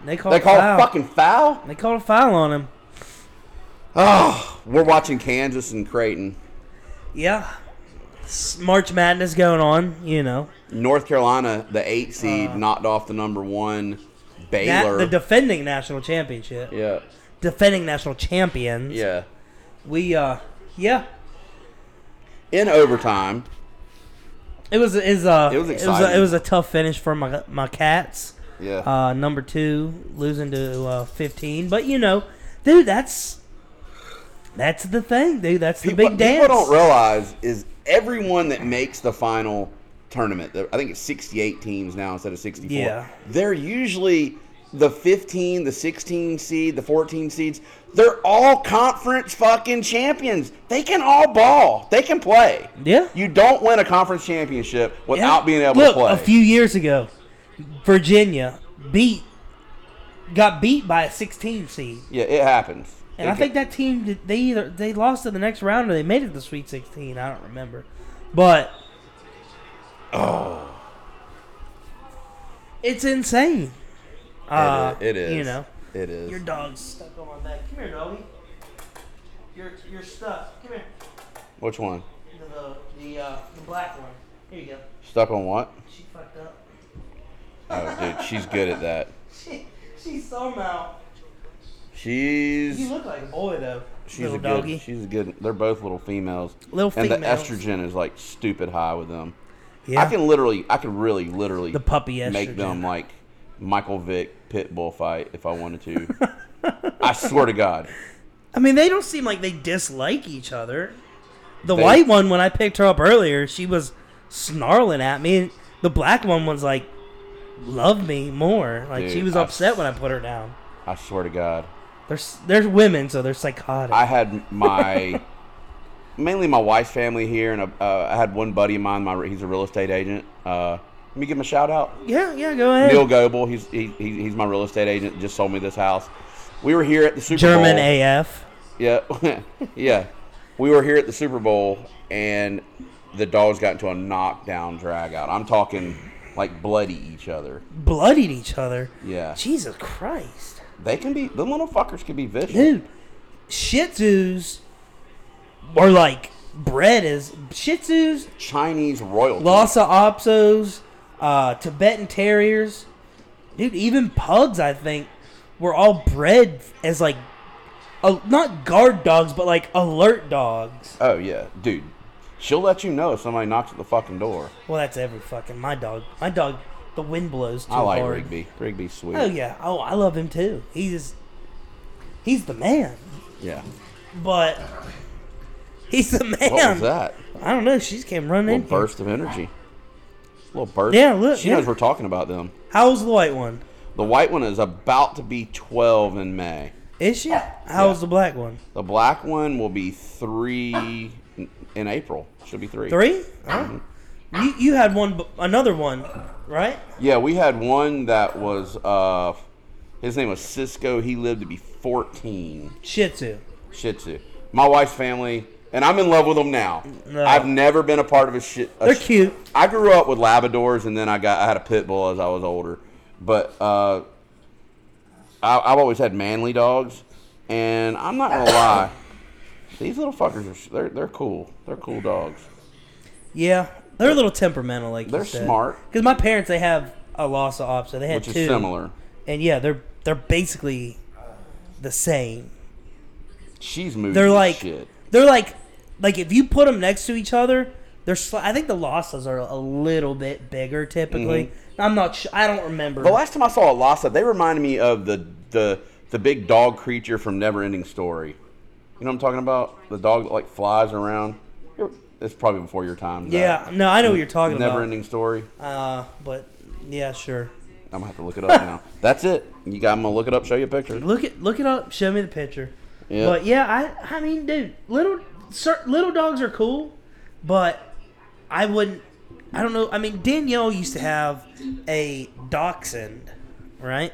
They called They a call foul. it fucking foul? They called a foul on him. Oh, we're watching Kansas and Creighton. Yeah. It's March Madness going on. You know. North Carolina, the eight seed, knocked off the number one Na- Baylor. Uh. the defending national championship. yeah, Defending national champions. yeah. We uh. Yeah. In overtime, It was is uh It was It was, a, exciting. it was a tough finish for my my cats. yeah. Uh, number two losing to uh, fifteen, but you know, dude, that's that's the thing, dude. That's the people, big dance. people don't realize is everyone that makes the final tournament. the- I think it's 68 teams now instead of 64. Yeah. They're usually the 15, the 16 seed, the 14 seeds. They're all conference fucking champions. They can all ball. They can play. Yeah. You don't win a conference championship Yeah. without being able Look, to play. a few years ago, Virginia beat got beat by a sixteen seed, yeah, it happens. and It I think that team did- they either they lost in the next round or they made it to Sweet Sixteen. I don't remember, but oh, Oh. it's insane. can- Uh, it is. You know, It is. your dog's stuck on my back. Come here, doggy. You're you're stuck. Come here. Which one? The the, uh, the black one. Here you go. Stuck on what? She fucked up. Oh, dude, she's good at that. She she somehow. She's You look like a boy though. She's little a doggy. good. She's a good. They're both little females. Little And the females. estrogen is like stupid high with them. yeah. I can literally, I could really, literally the puppy estrogen. make them like Michael Vick pit bull fight if I wanted [laughs] to. I swear to God. I mean, they don't seem like they dislike each other. The They- white one, when I picked her up earlier, she was snarling at me. and The black one was like, "Love me more." Like she Dude, was I- upset when I put her down. I swear to God. They're s- they're women, so they're psychotic. I had my mainly my wife's family here, and uh, I had one buddy of mine. My he's a real estate agent. Uh, let me give him a shout out. yeah, yeah. Go ahead. Neil Goebel. He's he, he, he's my real estate agent. Just sold me this house. We were here at the Super Bowl. German AF. Yeah, [laughs] yeah. We were here at the Super Bowl, and the dogs got into a knockdown drag out. I'm talking like bloody each other. bloodied each other. Yeah. Jesus Christ. They can be the little fuckers can be vicious. Dude, Shih Tzus are like bred as Shih Tzus, Chinese royalty. Lhasa Apsos, uh, Tibetan Terriers. Dude, even pugs, I think, were all bred as like, uh, not guard dogs, but like alert dogs. Oh yeah, dude. She'll let you know if somebody knocks at the fucking door. Well, that's every fucking my dog. My dog, the wind blows too I like hard. Rigby. Rigby's sweet. Oh yeah. Oh, I love him too. He's he's the man. Yeah. But he's the man. What was that? I don't know. She just came A running in. little burst of energy. A little burst. Yeah, look, She yeah. knows we're talking about them. How old's the white one? The white one is about to be 12 in May. Is she? How old's the black one? The black one will be three in- in April. Should be three. 3 Oh. Mm-hmm. You you had one, b- another one, right? Yeah, we had one that was uh, his name was Cisco. He lived to be 14. Shih Tzu. Shih Tzu. My wife's family, and I'm in love with them now. No. I've never been a part of a shit. They're cute. I grew up with Labradors, and then I got I had a pit bull as I was older. But uh, I, I've always had manly dogs, and I'm not gonna lie, these little fuckers are sh- they're they're cool. They're cool dogs. Yeah, they're a little temperamental, like They're you said. smart. Because my parents, they have a Lhasa Apso. They had Which is two, similar. and yeah, they're they're basically the same. She's moving. They're like shit. they're like like if you put them next to each other, they're. Sli- I think the Lhasas are a little bit bigger typically. I'm not. Sh- I don't remember. Mm-hmm. The last time I saw a Lhasa, they reminded me of the the the big dog creature from Never Ending Story. You know what I'm talking about? The dog that like flies around. You're- It's probably before your time. Zach. yeah, no, I know what you're talking Never about. Ending Story. Uh, but yeah, sure. I'm gonna have to look it up now. That's it. You got? I'm gonna look it up. Show you a picture. Look it look it up. Show me the picture. Yeah. But yeah, I I mean, dude, little cer- little dogs are cool, but I wouldn't. I don't know. I mean, Danielle used to have a dachshund, right?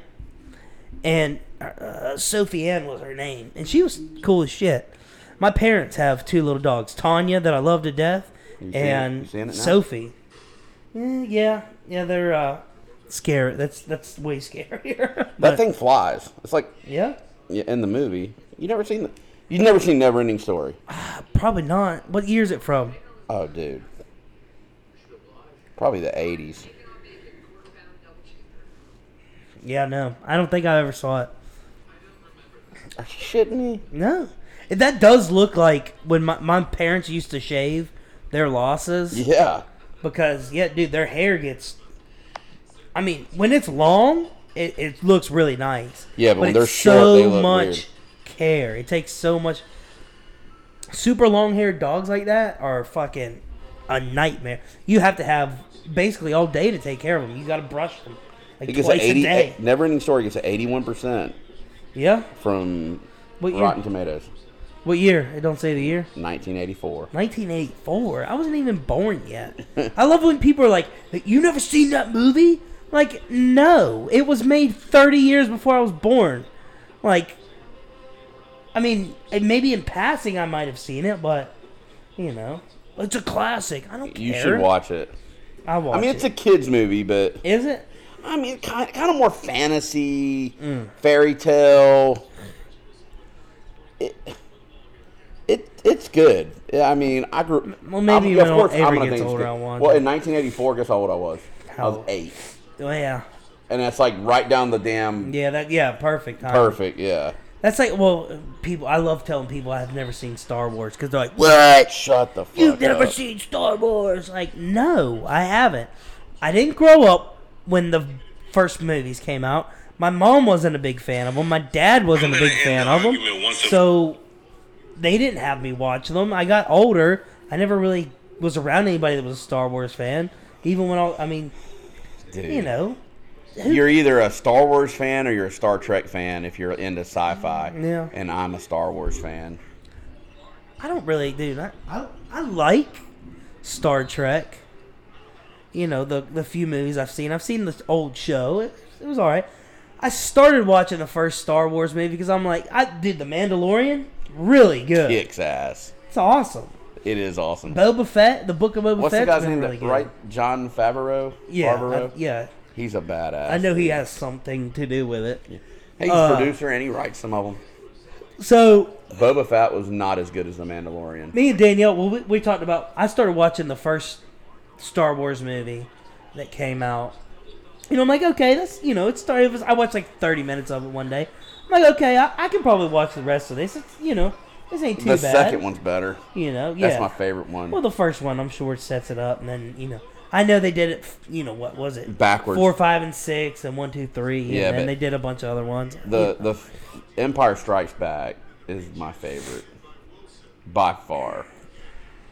And uh, Sophie Ann was her name, and she was cool as shit. My parents have two little dogs, Tanya that I love to death, seen it? You and seen it now? Sophie. Eh, yeah, yeah, they're uh, scary. That's that's way scarier. [laughs] That But- thing flies. It's like Yeah. yeah, in the movie. You never seen the. You never seen Never Ending Story. Probably not. What year is it from? Oh, dude. Probably the 80s. Yeah, no. I don't think I ever saw it. Are you shitting me? No. That does look like when my, my parents used to shave their losses. Yeah. Because, yeah, dude, their hair gets. I mean, when it's long, it, it looks really nice. Yeah, but when it's they're short, so they look much weird. care. It takes so much. Super long haired dogs like that are fucking a nightmare. You have to have basically all day to take care of them. You got to brush them like It gets eh, twice a 80, a day. Never Ending Story gets an 81% Yeah. from What year? Rotten Tomatoes, What year? It don't say the year. 1984. 1984. I wasn't even born yet. I love when people are like, "You never seen that movie?" Like, no, it was made 30 years before I was born. Like, I mean, and maybe in passing I might have seen it, but you know, it's a classic. I don't You care. should watch it. I watch. I mean, it's a it. kids movie, but Is it? I mean, kind kind of more fantasy, Mm. fairy tale. It, it it's good. Yeah, I mean, I grew. Well, maybe I'm, yeah, when of course, Avery I'm gonna gets think it's older, good. I'll watch Well, it. in 1984, guess how old I was? I How- was eight, Oh, yeah. and that's like right down the damn Yeah. That. Yeah. Perfect. timing. perfect. Yeah. That's like, well, people. I love telling people I've never seen Star Wars because they're like, What? Shut the fuck You've never up. seen Star Wars. Like, no, I haven't. I didn't grow up when the first movies came out. My mom wasn't a big fan of them. My dad wasn't a big fan of them. So they didn't have me watch them. I got older. I never really was around anybody that was a Star Wars fan. Even when I, I mean, Dude. you know, You're either a Star Wars fan or you're a Star Trek fan if you're into sci-fi. Yeah. And I'm a Star Wars fan. I don't really, dude. I, I, I like Star Trek. You know the the few movies I've seen. I've seen the old show. It, it was all right. I started watching the first Star Wars movie because I'm like, I did the Mandalorian. Really good. Kicks ass. It's awesome. It is awesome. Boba Fett, the Book of Boba What's Fett. the guy's been name? really that, good. right, John Favreau. Yeah, Favreau? I, yeah. He's a badass. I know he has something to do with it. He's uh, a producer and he writes some of them. So Boba Fett was not as good as The Mandalorian. me and Danielle, well, we, we talked about. I started watching the first Star Wars movie that came out. You know, I'm like, okay, that's you know, it started. It was, I watched like 30 minutes of it one day. I'm like, okay, I, I can probably watch the rest of this. It's you know, This ain't too the bad. second one's better. You know, yeah. That's my favorite one. Well, the first one, I'm sure, sets it up, and then you know, I know they did it. f- You know, what was it? Backwards. Four, five, and six, and one, two, three. Yeah, and then but- they did a bunch of other ones. The the f- Empire Strikes Back is my favorite by far.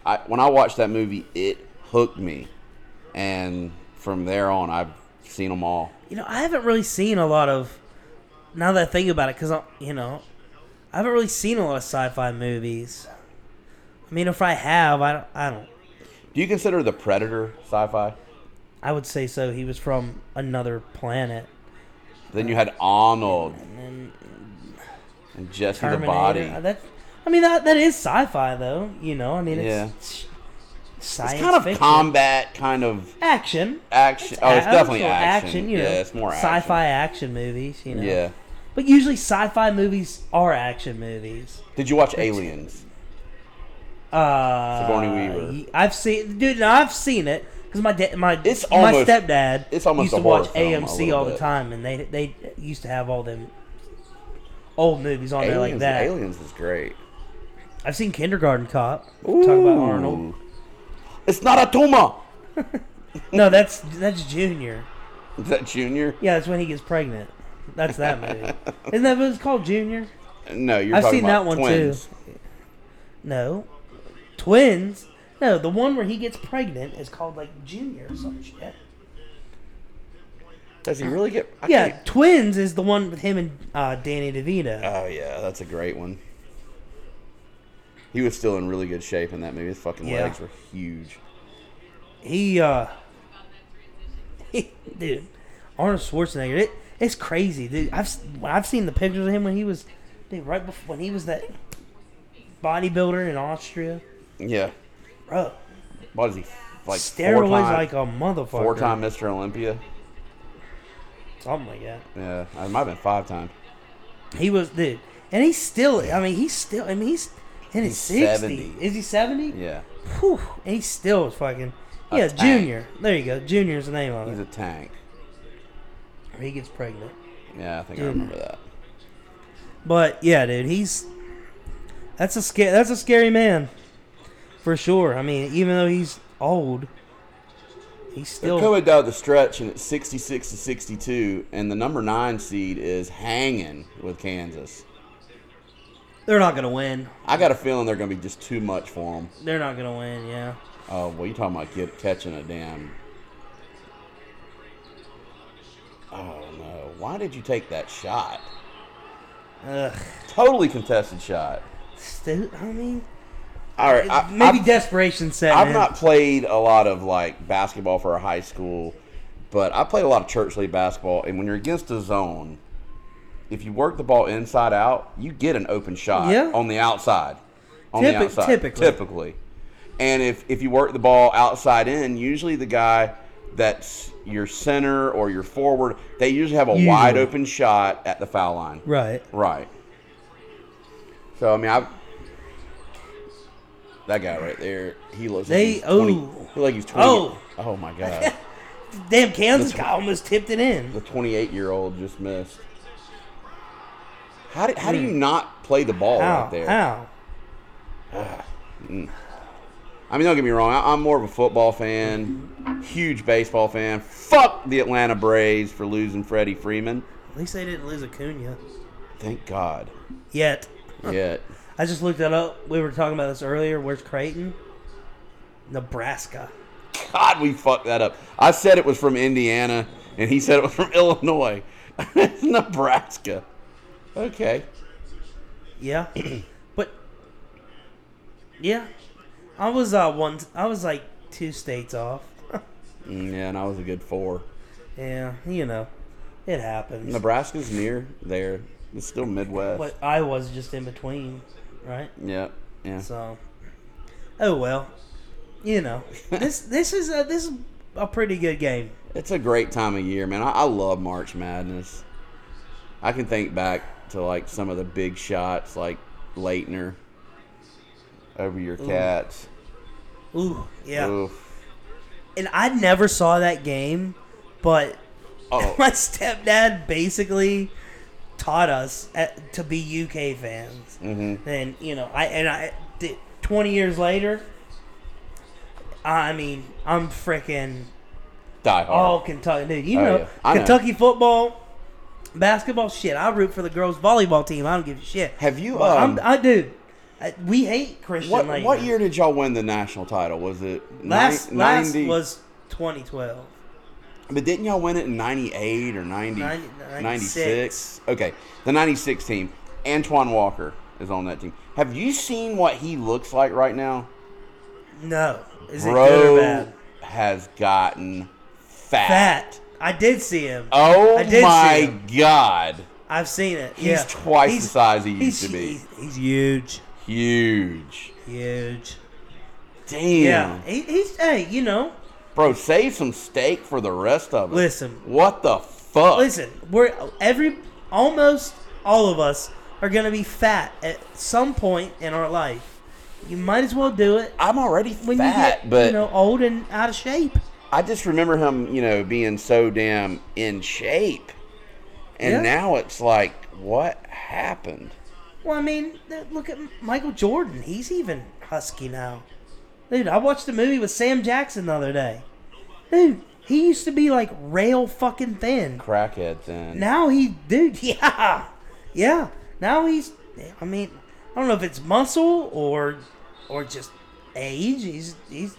I when I watched that movie, it hooked me, and from there on, I've seen them all. you know, I haven't really seen a lot of. Now that I think about it, because you know, I haven't really seen a lot of sci-fi movies. I mean, if I have, I don't. I don't. Do you consider the Predator sci-fi? I would say so. He was from another planet. Then you had Arnold and Jesse the Terminator. Body. Uh, That. I mean, that that is sci-fi though. You know, I mean, it's, Yeah. it's It's science kind of fiction. combat, kind of action. action. oh, it's a- definitely actual action. you know, yeah, it's more action. sci-fi action movies. You know, Yeah. But usually, sci-fi movies are action movies. Did you watch Aliens? Uh, Sigourney Weaver. y- I've seen, dude. No, I've seen it because my da- my It's my almost- stepdad it's almost used a to watch horror film a AMC little all the bit. time, and they they used to have all them old movies on there Aliens, like that. Aliens was great. I've seen Kindergarten Cop. Talk about Ooh. Arnold. It's not a tumor. No, that's that's Junior. Is [laughs] that Junior? Yeah, that's when he gets pregnant. That's that [laughs] movie. Isn't that what it's called, Junior? No, you're I've talking seen that about one twins. too. No, twins. No, the one where he gets pregnant is called like Junior or some shit. Does he really get? I Yeah, can't- twins is the one with him and uh, Danny DeVito. Oh yeah, that's a great one. He was still in really good shape in that movie. His fucking Yeah. legs were huge. he, uh, [laughs] he- dude, Arnold Schwarzenegger. It, it's crazy, dude. I've s- when I've seen the pictures of him when he was, dude, right before when he was that bodybuilder in Austria, Yeah. bro. What is he? Like steroids four time, like a motherfucker. four time Mr. Olympia. something like that. Yeah, I might have been five time. He was, dude, and he's still. I mean, he's still. I mean, he's in his He's sixties. 70. Is he seventy? Yeah, Whew, and he still is fucking. A Yeah, tank. Junior. There you go. Junior's the name of he's it. a tank. Or he gets pregnant. Yeah, I think I Dude. remember that. But yeah, dude, he's that's a scary that's a scary man for sure. I mean, even though he's old, he's They're still coming down the stretch, and it's 66 to 62, and the number nine seed is hanging with Kansas. they're not gonna win. I got a feeling they're going to be just too much for them. They're not gonna win. Yeah, Oh, well, you talking about get, catching a damn. Oh, no. Why did you take that shot? ugh. Totally contested shot. Stu- I mean, All right. I, maybe I've- desperation set. I've in. not played a lot of like basketball for a high school, but I played a lot of church league basketball. And when you're against a zone, if you work the ball inside out, you get an open shot Yeah. on the outside. On Typi- the outside, typically. typically. And if if you work the ball outside in, usually the guy that's your center or your forward, they usually have a Usually. wide open shot at the foul line. right. Right. So I mean, I that guy right there, he looks They- like he's 20, oh. he like he's twenty. Oh. oh my [laughs] god, Damn, Kansas The tw- guy almost tipped it in. the twenty-eight year old just missed. How do, how do you not play the ball How? right there? How? I mean, don't get me wrong. I, I'm more of a football fan, huge baseball fan. Fuck the Atlanta Braves for losing Freddie Freeman. At least they didn't lose Acuna Thank God. yet. Yet I just looked that up. We were talking about this earlier. Where's Creighton? Nebraska. God, we fucked that up. I said it was from Indiana, and he said it was from [laughs] Illinois. It's Nebraska. Okay. Yeah, but yeah, I was uh one. I was like two states off. Mm, Yeah, and I was a good four. yeah, you know, it happens. Nebraska's near there. It's still Midwest. But I was just in between, right? Yeah. Yeah. So, oh well, you know this this is a this is a pretty good game. It's a great time of year, man. I, I love March Madness. I can think back to like some of the big shots, like Leitner over your cats. Ooh, yeah. [laughs] Oof. And I never saw that game, but Oh, [laughs] my stepdad basically taught us at, to be UK fans. Mm-hmm. And you know, I and I di- twenty years later, I mean, I'm freaking Die all hard. Kentucky. Dude, you Oh, know, yeah. I know. Kentucky football, basketball, shit. I root for the girls' volleyball team. I don't give a shit. Have you, But I'm- um, I do. I, we hate Christian. what Laettner. what year did y'all win the national title? Was it uh, Last ni- last 90? was 2012. But didn't y'all win it in 98 or 90, Ninety- 96. Okay, the 96 team. Antoine Walker is on that team. Have you seen what he looks like right now? No, is it good or Bro bad? has gotten fat. Fat. I did see him. Oh I did see my him. God. I've seen it. He's yeah. twice the size he he's- used to be. He's, he's huge, Huge. huge. Damn. Yeah, he, he's hey, you know, Bro, save some steak for the rest of us. Listen. What the fuck? listen, we're every almost all of us are gonna be fat at some point in our life. You might as well do it I'm already when fat, you get but you know old and out of shape. I just remember him, you know, being so damn in shape. And Yeah. now it's like, what happened? Well, I mean, th- look at Michael Jordan. He's even husky now. Dude, I watched a movie with Sam Jackson the other day. Dude, he used to be like rail fucking thin. Crackhead then. Now he, dude, [laughs] yeah, yeah. Now he's, I mean, I don't know if it's muscle or, or just age. He's he's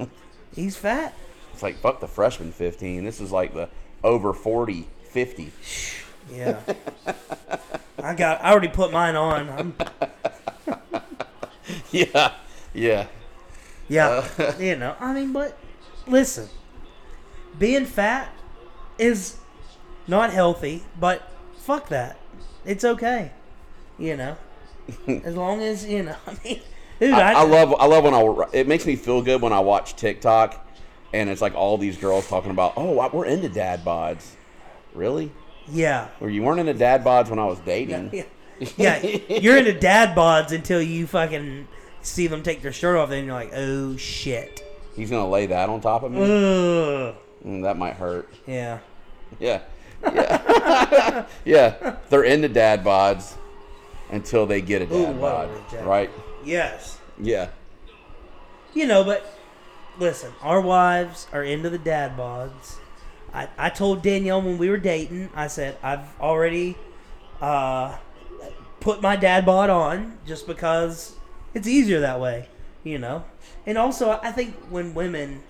he's fat. It's like, fuck the freshman 15. This is like the over 40, 50. Yeah. I got. I already put mine on. I'm, [laughs] yeah. Yeah. yeah. Uh. you know. I mean, but listen, being fat is not healthy, but fuck that. It's okay. You [laughs] know. As long as you know. [laughs] I mean, dude, I, I love I love when I it makes me feel good when I watch TikTok and it's like all these girls talking about, "Oh, I- we're into dad bods." Really? Yeah. Or you weren't into dad bods when I was dating. [laughs] Yeah. Yeah, you're into dad bods until you fucking see them take their shirt off, and you're like, oh shit. He's going to lay that on top of me. Ugh. Mm, that might hurt. Yeah. Yeah. Yeah. [laughs] yeah. They're into dad bods until they get a dad Ooh, wow, bod, Jack. right? Yes. Yeah. You know, but listen, our wives are into the dad bods. I, I told Danielle when we were dating, I said, I've already uh, put my dad bod on just because it's easier that way, you know? And also, I think when women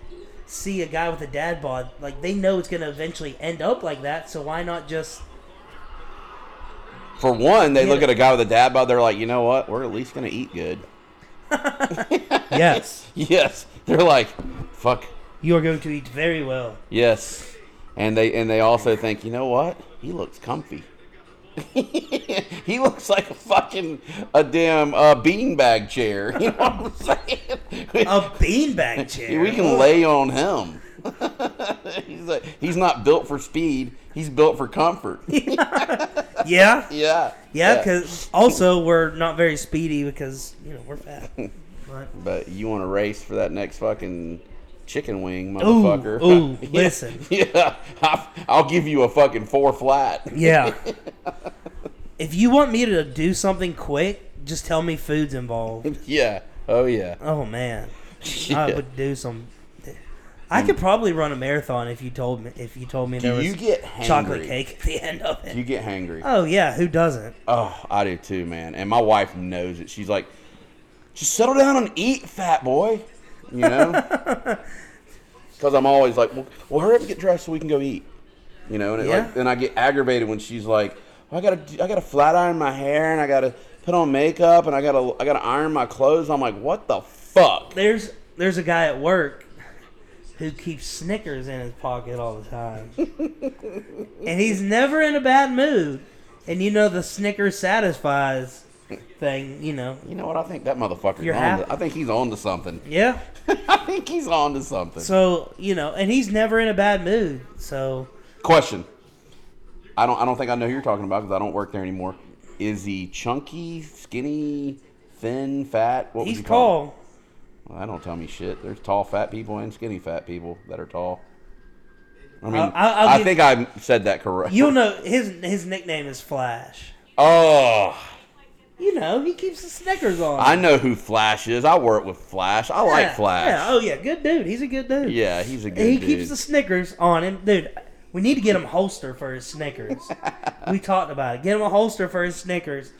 see a guy with a dad bod, like, they know it's going to eventually end up like that, so why not [laughs] just. For one, they Yeah. look at a guy with a dad bod, they're like, "You know what? We're at least going to eat good." [laughs] Yes. Yes. They're like, "Fuck, you are going to eat very well. Yes, and they and they also think, you know what? He looks comfy. [laughs] he looks like a fucking a damn uh, beanbag chair. [laughs] You know what I'm saying? We- A beanbag chair. we can lay on him. [laughs] he's like, he's not built for speed. He's built [laughs] for comfort. yeah, Yeah. yeah. Yeah, because also we're not very speedy because you know we're [laughs] fat. But, But you want to race for that next fucking chicken wing, Ooh, motherfucker? ooh, [laughs] Yeah, listen. Yeah, I, I'll give you a fucking four flat. [laughs] yeah, if you want me to do something quick, just tell me food's involved. yeah. Oh yeah. Oh man, I Yeah. Mm. would do [laughs] some. I could probably run a marathon if you told me. If you told me there Do was you get chocolate hangry? cake at the end of it. You get hangry. oh yeah, who doesn't? Oh, I do too, man. And my wife knows it. She's like, just settle down and eat, fat boy. [laughs] You know? Because I'm always like, well, well, hurry up and get dressed so we can go eat. You know? And it, like, Yeah. then I get aggravated when she's like, well, I gotta, do- I gotta flat iron my hair and I gotta put on makeup and I gotta, I gotta iron my clothes. I'm like, what the fuck? There's there's a guy at work who keeps Snickers in his pocket all the time. and he's never in a bad mood. And you know the Snickers satisfies thing, you know. You know what? I think that motherfucker's You're on. happy. To, I think he's on to something. [laughs] Yeah. I think he's on to something. So, you know, and he's never in a bad mood. So, Question. I don't. I don't think I know who you're talking about because I don't work there anymore. Is he chunky, skinny, thin, fat? What would he's you call? tall. him? Well, that don't tell me shit. There's tall fat people and skinny fat people that are tall. I mean, I'll- I'll I give- think I said that correct. You'll know his his nickname is Flash. [laughs] Oh, You know, he keeps the Snickers on. I know who Flash is. I work with Flash. I like Yeah, Yeah. Flash. Oh yeah, good dude. He's a good Yeah, dude. he's a good he dude. keeps the Snickers on him, dude. We need to get him a holster for his [laughs] Snickers. we talked about it. Get him a holster for his Snickers,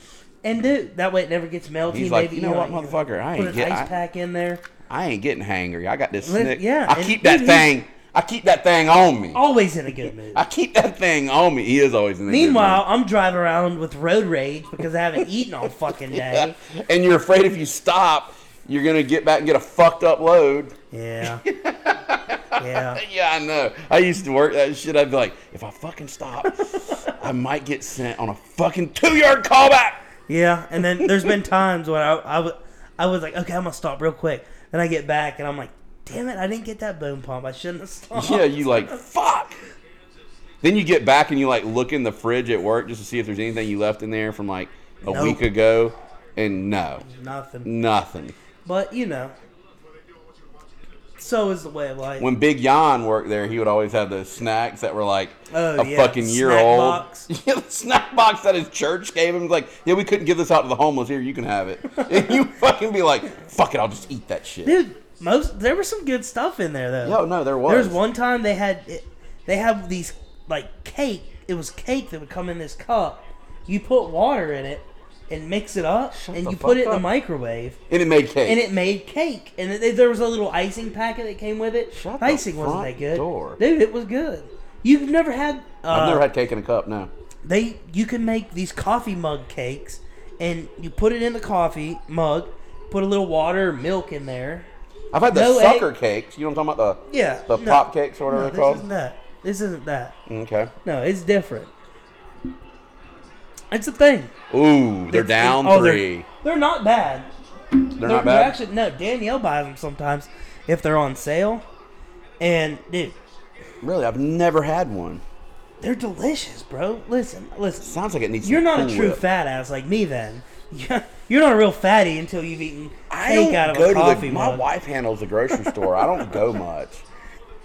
and dude, that way it never gets melty. He's like, maybe "You know what, motherfucker? I put ain't an get- ice I- pack in there. I ain't getting hangry. I got this Let- Snick. yeah, I and Oh. keep dude, that he's- thing. I keep that thing on me. Always in a good mood. [laughs] I keep that thing on me. He is always in the Meanwhile, I'm driving around with road rage because I haven't eaten [laughs] all fucking Yeah. day. And you're afraid if you stop, you're gonna get back and get a fucked up load. Yeah. Yeah. Yeah, I know. I used to work that shit. I'd be like, if I fucking stop, I might get sent on a fucking two yard callback. Yeah, and then there's been times when I, I, was, I was like, okay, I'm gonna stop real quick. Then I get back and I'm like, damn it, I didn't get that boom pump. I shouldn't have stopped. [laughs] Yeah, you like fuck. Then you get back and you like look in the fridge at work just to see if there's anything you left in there from like a Nope. week ago, and no, nothing. nothing. But you know, so is the way of life. When Big Yon worked there, he would always have those snacks that were like Oh, a yeah, fucking year snack old. box. [laughs] Yeah, the snack box that his church gave him. Like, yeah, we couldn't give this out to the homeless. Here, you can [laughs] have it. And you fucking be like, fuck it, I'll just eat that shit. Dude, most there was some good stuff in there though. Yo, no, there was. There was one time they had it- they have these like cake. It was cake that would come in this cup. You put water in it and mix it up, and the you put fuck it in the up. microwave, And it made cake. and it made cake. And it, there was a little icing packet that came with it. Shut The the icing wasn't front that good, door. dude. It was good. You've never had. Uh, I've never had cake in a cup, no. they you can make these coffee mug cakes and you put it in the coffee mug put a little water or milk in there I've had the No sucker cakes. You know what I'm talking about? The, yeah The no. pop cakes or no, whatever they're this called? isn't that this isn't that Okay. no it's different it's a thing Ooh, they're It's- down oh, they're- 3 they're, not bad they're, not bad. actually no danielle buys them sometimes if they're on sale and dude really, I've never had one. they're delicious bro listen listen Sounds like it needs You're some not a Cool true Whip. fat ass like me then. [laughs] You're not a real fatty until you've eaten I cake don't out of go a to coffee the. My mug. wife handles the grocery store. I don't go much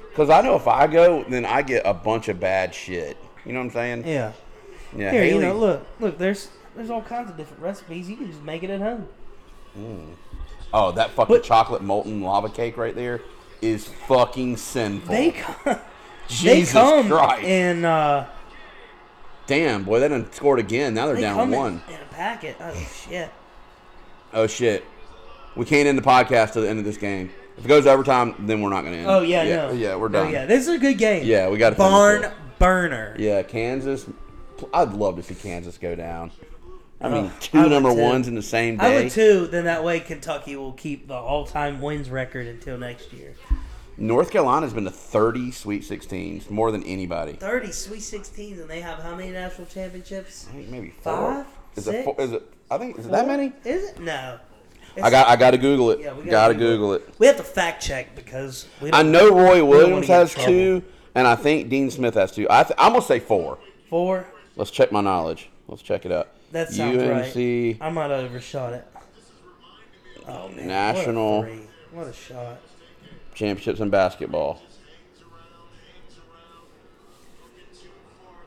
because I know if I go, then I get a bunch of bad shit. You know what I'm saying? Yeah. Yeah. Here, you Haley- know, look, look. There's there's all kinds of different recipes. You can just make it at home. Oh, that fucking But- chocolate molten lava cake right there is fucking sinful. They come. Oh. [laughs] Jesus they come Christ! in. Uh, Damn, boy, they done scored again. Now they're they down come in- one. In, a packet. [sighs] Oh shit. Oh shit. We can't end the podcast till the end of this game. If it goes overtime, then we're not gonna end. Oh yeah. yeah no. Yeah, we're Oh, done. yeah, yeah. this is a good game. Yeah, we gotta finish barn it. burner. yeah, Kansas. I'd love to see Kansas go down. I mean, Ugh, two Uh, I would number too. ones in the same I day. would too. Then that way Kentucky will keep the all-time wins record until next year. North Carolina's been to 30 Sweet 16s, more than anybody. 30 Sweet 16s, and they have how many national championships? I think maybe four. Five? Is Six? it four? Is it? I think is it that many? Is it? No. I got. I got to Google it. Yeah, we gotta, gotta Google Google it. We have to fact check because we I don't know Roy wanna Williams get in has two, and I think Dean Smith has two. I th- I'm gonna say four. four. Let's check my knowledge. Let's check it out. That sounds UNC right. I might have overshot it. Oh man. National. What a, three. what a shot. championships in basketball.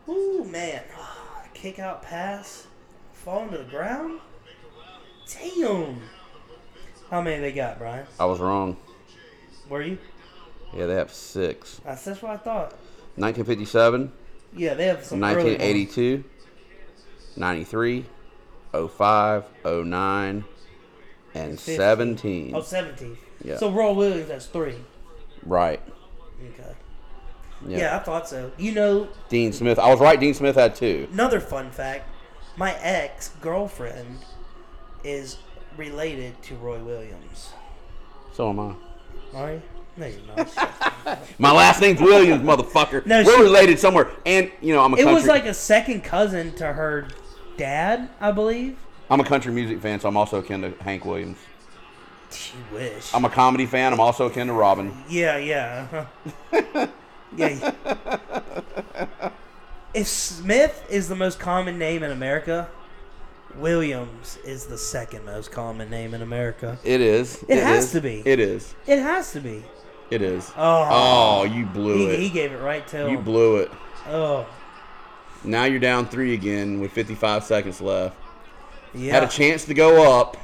Ooh man. [sighs] Kick out pass. Fall into the ground. Damn. How many they got, Brian? I was wrong. Were you? Yeah, they have six. That's, that's what I thought. 1957, Yeah, they have some. early ones. 1982, 93, 05, 09, and 15. 17. Oh, 17. Yeah. So Roy Williams has three. Right. Okay. Yeah. yeah, I thought so. You know, Dean Smith. I was right. Dean Smith had two. Another fun fact: my ex girlfriend is related to Roy Williams. So am I. Are you? No, you're not. My last [laughs] name's Williams, motherfucker. No, We're she- related somewhere. And, you know, I'm [laughs] a it country, was like a second cousin to her dad, I believe. I'm a country music fan, so I'm also akin to Hank Williams. She wish. I'm a comedy fan. I'm also akin to Robin. yeah, yeah. [laughs] uh-huh. yeah. y- If Smith is the most common name in America, Williams is the second most common name in America. It is. It has is. to be. It is. It has to be. It is. Oh. you blew He, it. he gave it right to you him. blew it. Oh. Now you're down three again with 55 seconds left. Yeah. Had a chance to go up.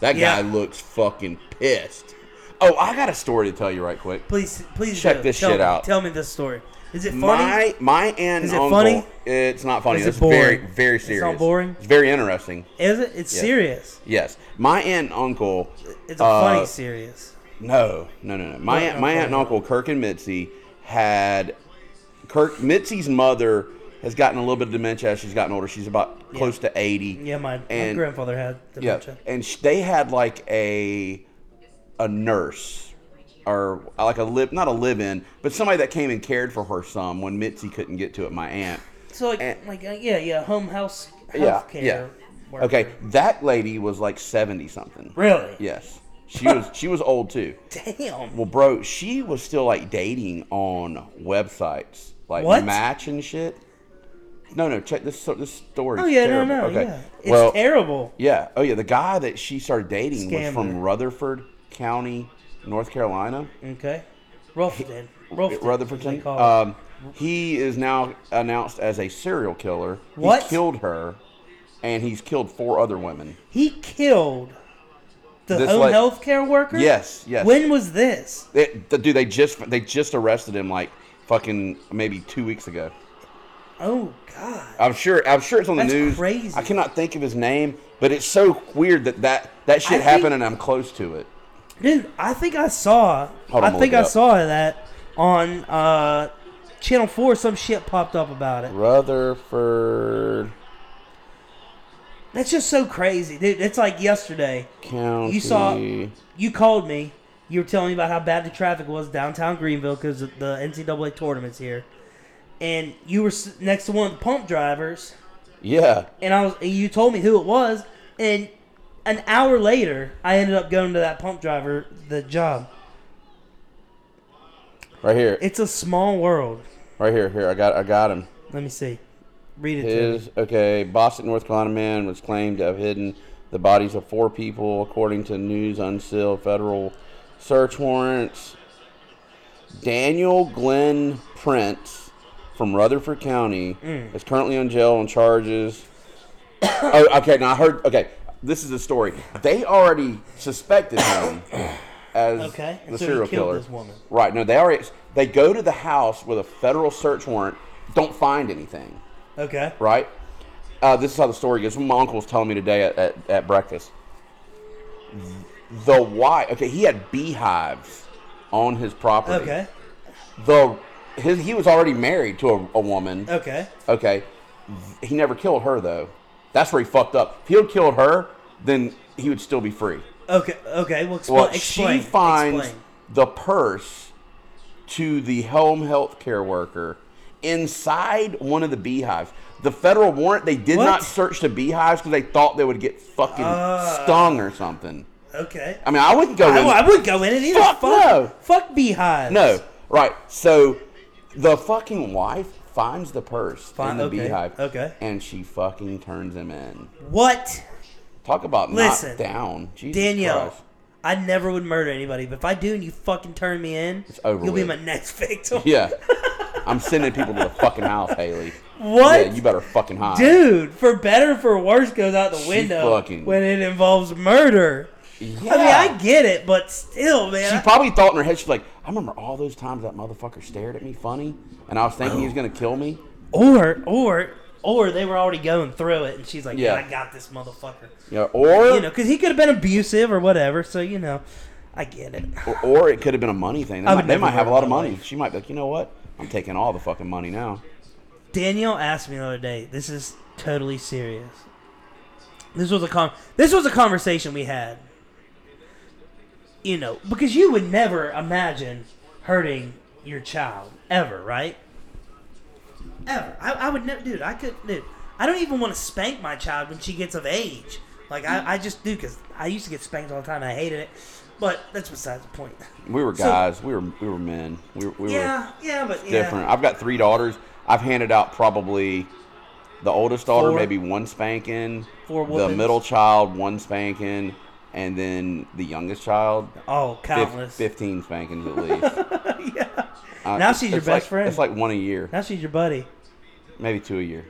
That guy Yeah. looks fucking pissed. Oh, I got a story to tell you right quick. Please, please Check do. this Tell shit me- out. Tell me this story. Is it funny? My my aunt Is and it uncle. funny? It's not funny. Is it It's very boring? very It's not serious. boring? It's very interesting. Is it? It's Yeah. serious. Yes, my aunt and uncle. It's a uh, funny serious. No, no, no, no. My No, aunt, my okay. aunt and uncle Kirk and Mitzi had Kirk Mitzi's mother has gotten a little bit of dementia as she's gotten older. She's about close to eighty. Yeah, my, my and- grandfather had Yeah, dementia. and sh- they had like a a nurse or like a live not a live in, but somebody that came and cared for her some when Mitzi couldn't get to it. My aunt. So like, and- like uh, yeah, yeah, home house Yeah, healthcare. yeah. worker. Okay, that lady was like seventy something. Really? Yes, she was. She was old too. Damn. Well, bro, she was still like dating on websites like What? Match and shit. No, no, check this. This story. oh yeah, terrible. no, no, okay. yeah. It's well, terrible. yeah. Oh yeah, the guy that she started dating was from Scammer. Rutherford County, North Carolina. Okay. Rutherford. Rutherford. Rutherford as they County. call it. Um, he is now announced as a serial killer. What? He killed her, and he's killed four other women. he killed the this, home like- healthcare worker. Yes, yes. When was this? They, the, dude, they just they just arrested him like fucking maybe two weeks ago. Oh God. I'm sure. I'm sure it's on the That's news. crazy. I cannot think of his name, but it's so weird that that, that shit think- happened, and I'm close to it. Dude, I think I saw. Hold on, I we'll think look it I up. saw that on uh, Channel Four. Some shit popped up about it. Rutherford That's just so crazy, dude. It's like yesterday. County. You saw. You called me. You were telling me about how bad the traffic was downtown Greenville because the NCAA tournament's here, and you were s- next to one of the pump drivers, Yeah. and I was. And you told me who it was, and an hour later, I ended up going to that pump driver the job. Right here. It's a small world. Right here. Here. I got. I got him. Let me see. Read it to me. His okay. Boston, North Carolina man was claimed to have hidden the bodies of four people, according to news unsealed federal search warrants. Daniel Glenn Prince from Rutherford County Mm. is currently in jail on charges. [coughs] oh, okay. Now I heard. Okay, this is the story. They already suspected him [coughs] as Okay, and the so he serial killed killer. this woman. Right. No, they already. They go to the house with a federal search warrant. Don't find anything Okay. right? Uh, this is how the story goes. My uncle was telling me today at, at, at breakfast. The wife, okay, he had beehives on his property. Okay. The his, he was already married to a, a woman. Okay. Okay. He never killed her though. That's where he fucked up. If he had killed her, then he would still be free. Okay. Okay. Well, expl- Well, explain. she finds Explain. the purse to the home health care worker inside one of the beehives. The federal warrant, they did What? not search the beehives because they thought they would get fucking Ah. stung or something. Okay. I mean, I wouldn't go I, in. I wouldn't go in it either. Fuck Fuck, no. Fuck beehives. no, right. So the fucking wife finds the purse Fine, in the okay, beehive. okay. And she fucking turns him in. What? Talk about Listen, knocked down. Jesus Danielle. Christ. I never would murder anybody, but if I do and you fucking turn me in, it's over you'll with. be my next [laughs] victim. Yeah. I'm sending people to the fucking house, Haley. What? Yeah, you better fucking hide. Dude, for better or for worse goes out the She window fucking- when it involves murder. Yeah. I mean, I get it, but still, man. she I- probably thought in her head, she's like, I remember all those times that motherfucker stared at me funny, and I was thinking he was gonna kill me. or, or, or they were already going through it, and she's like, Yeah. "Yeah, I got this motherfucker." Yeah, or, You know, because he could have been abusive or whatever. So you know, I get it. or or it could have been a money thing. They, I might, would they never might have a hurt lot of my money. She might be like, you know what? I'm taking all the fucking money now. Danielle asked me the other day. This is totally serious. This was a con. This was a conversation we had. You know, because you would never imagine hurting your child ever, right? Ever. I, I would never, dude. I could, dude. I don't even want to spank my child when she gets of age. Like I, I just do because I used to get spanked all the time. I hated it, but that's besides the point. We were So- guys. we were we were men. We were, we yeah, yeah, but were different. I've got three daughters. I've handed out probably the oldest daughter Four. maybe one spanking, Four the whoopings. middle child one spanking, and then the youngest child Yeah. Oh, fif- countless. fifteen spankings at least. [laughs] yeah. Uh, Now she's your it's like- best friend. It's like one a year. Now she's your buddy. [laughs] Maybe two a year.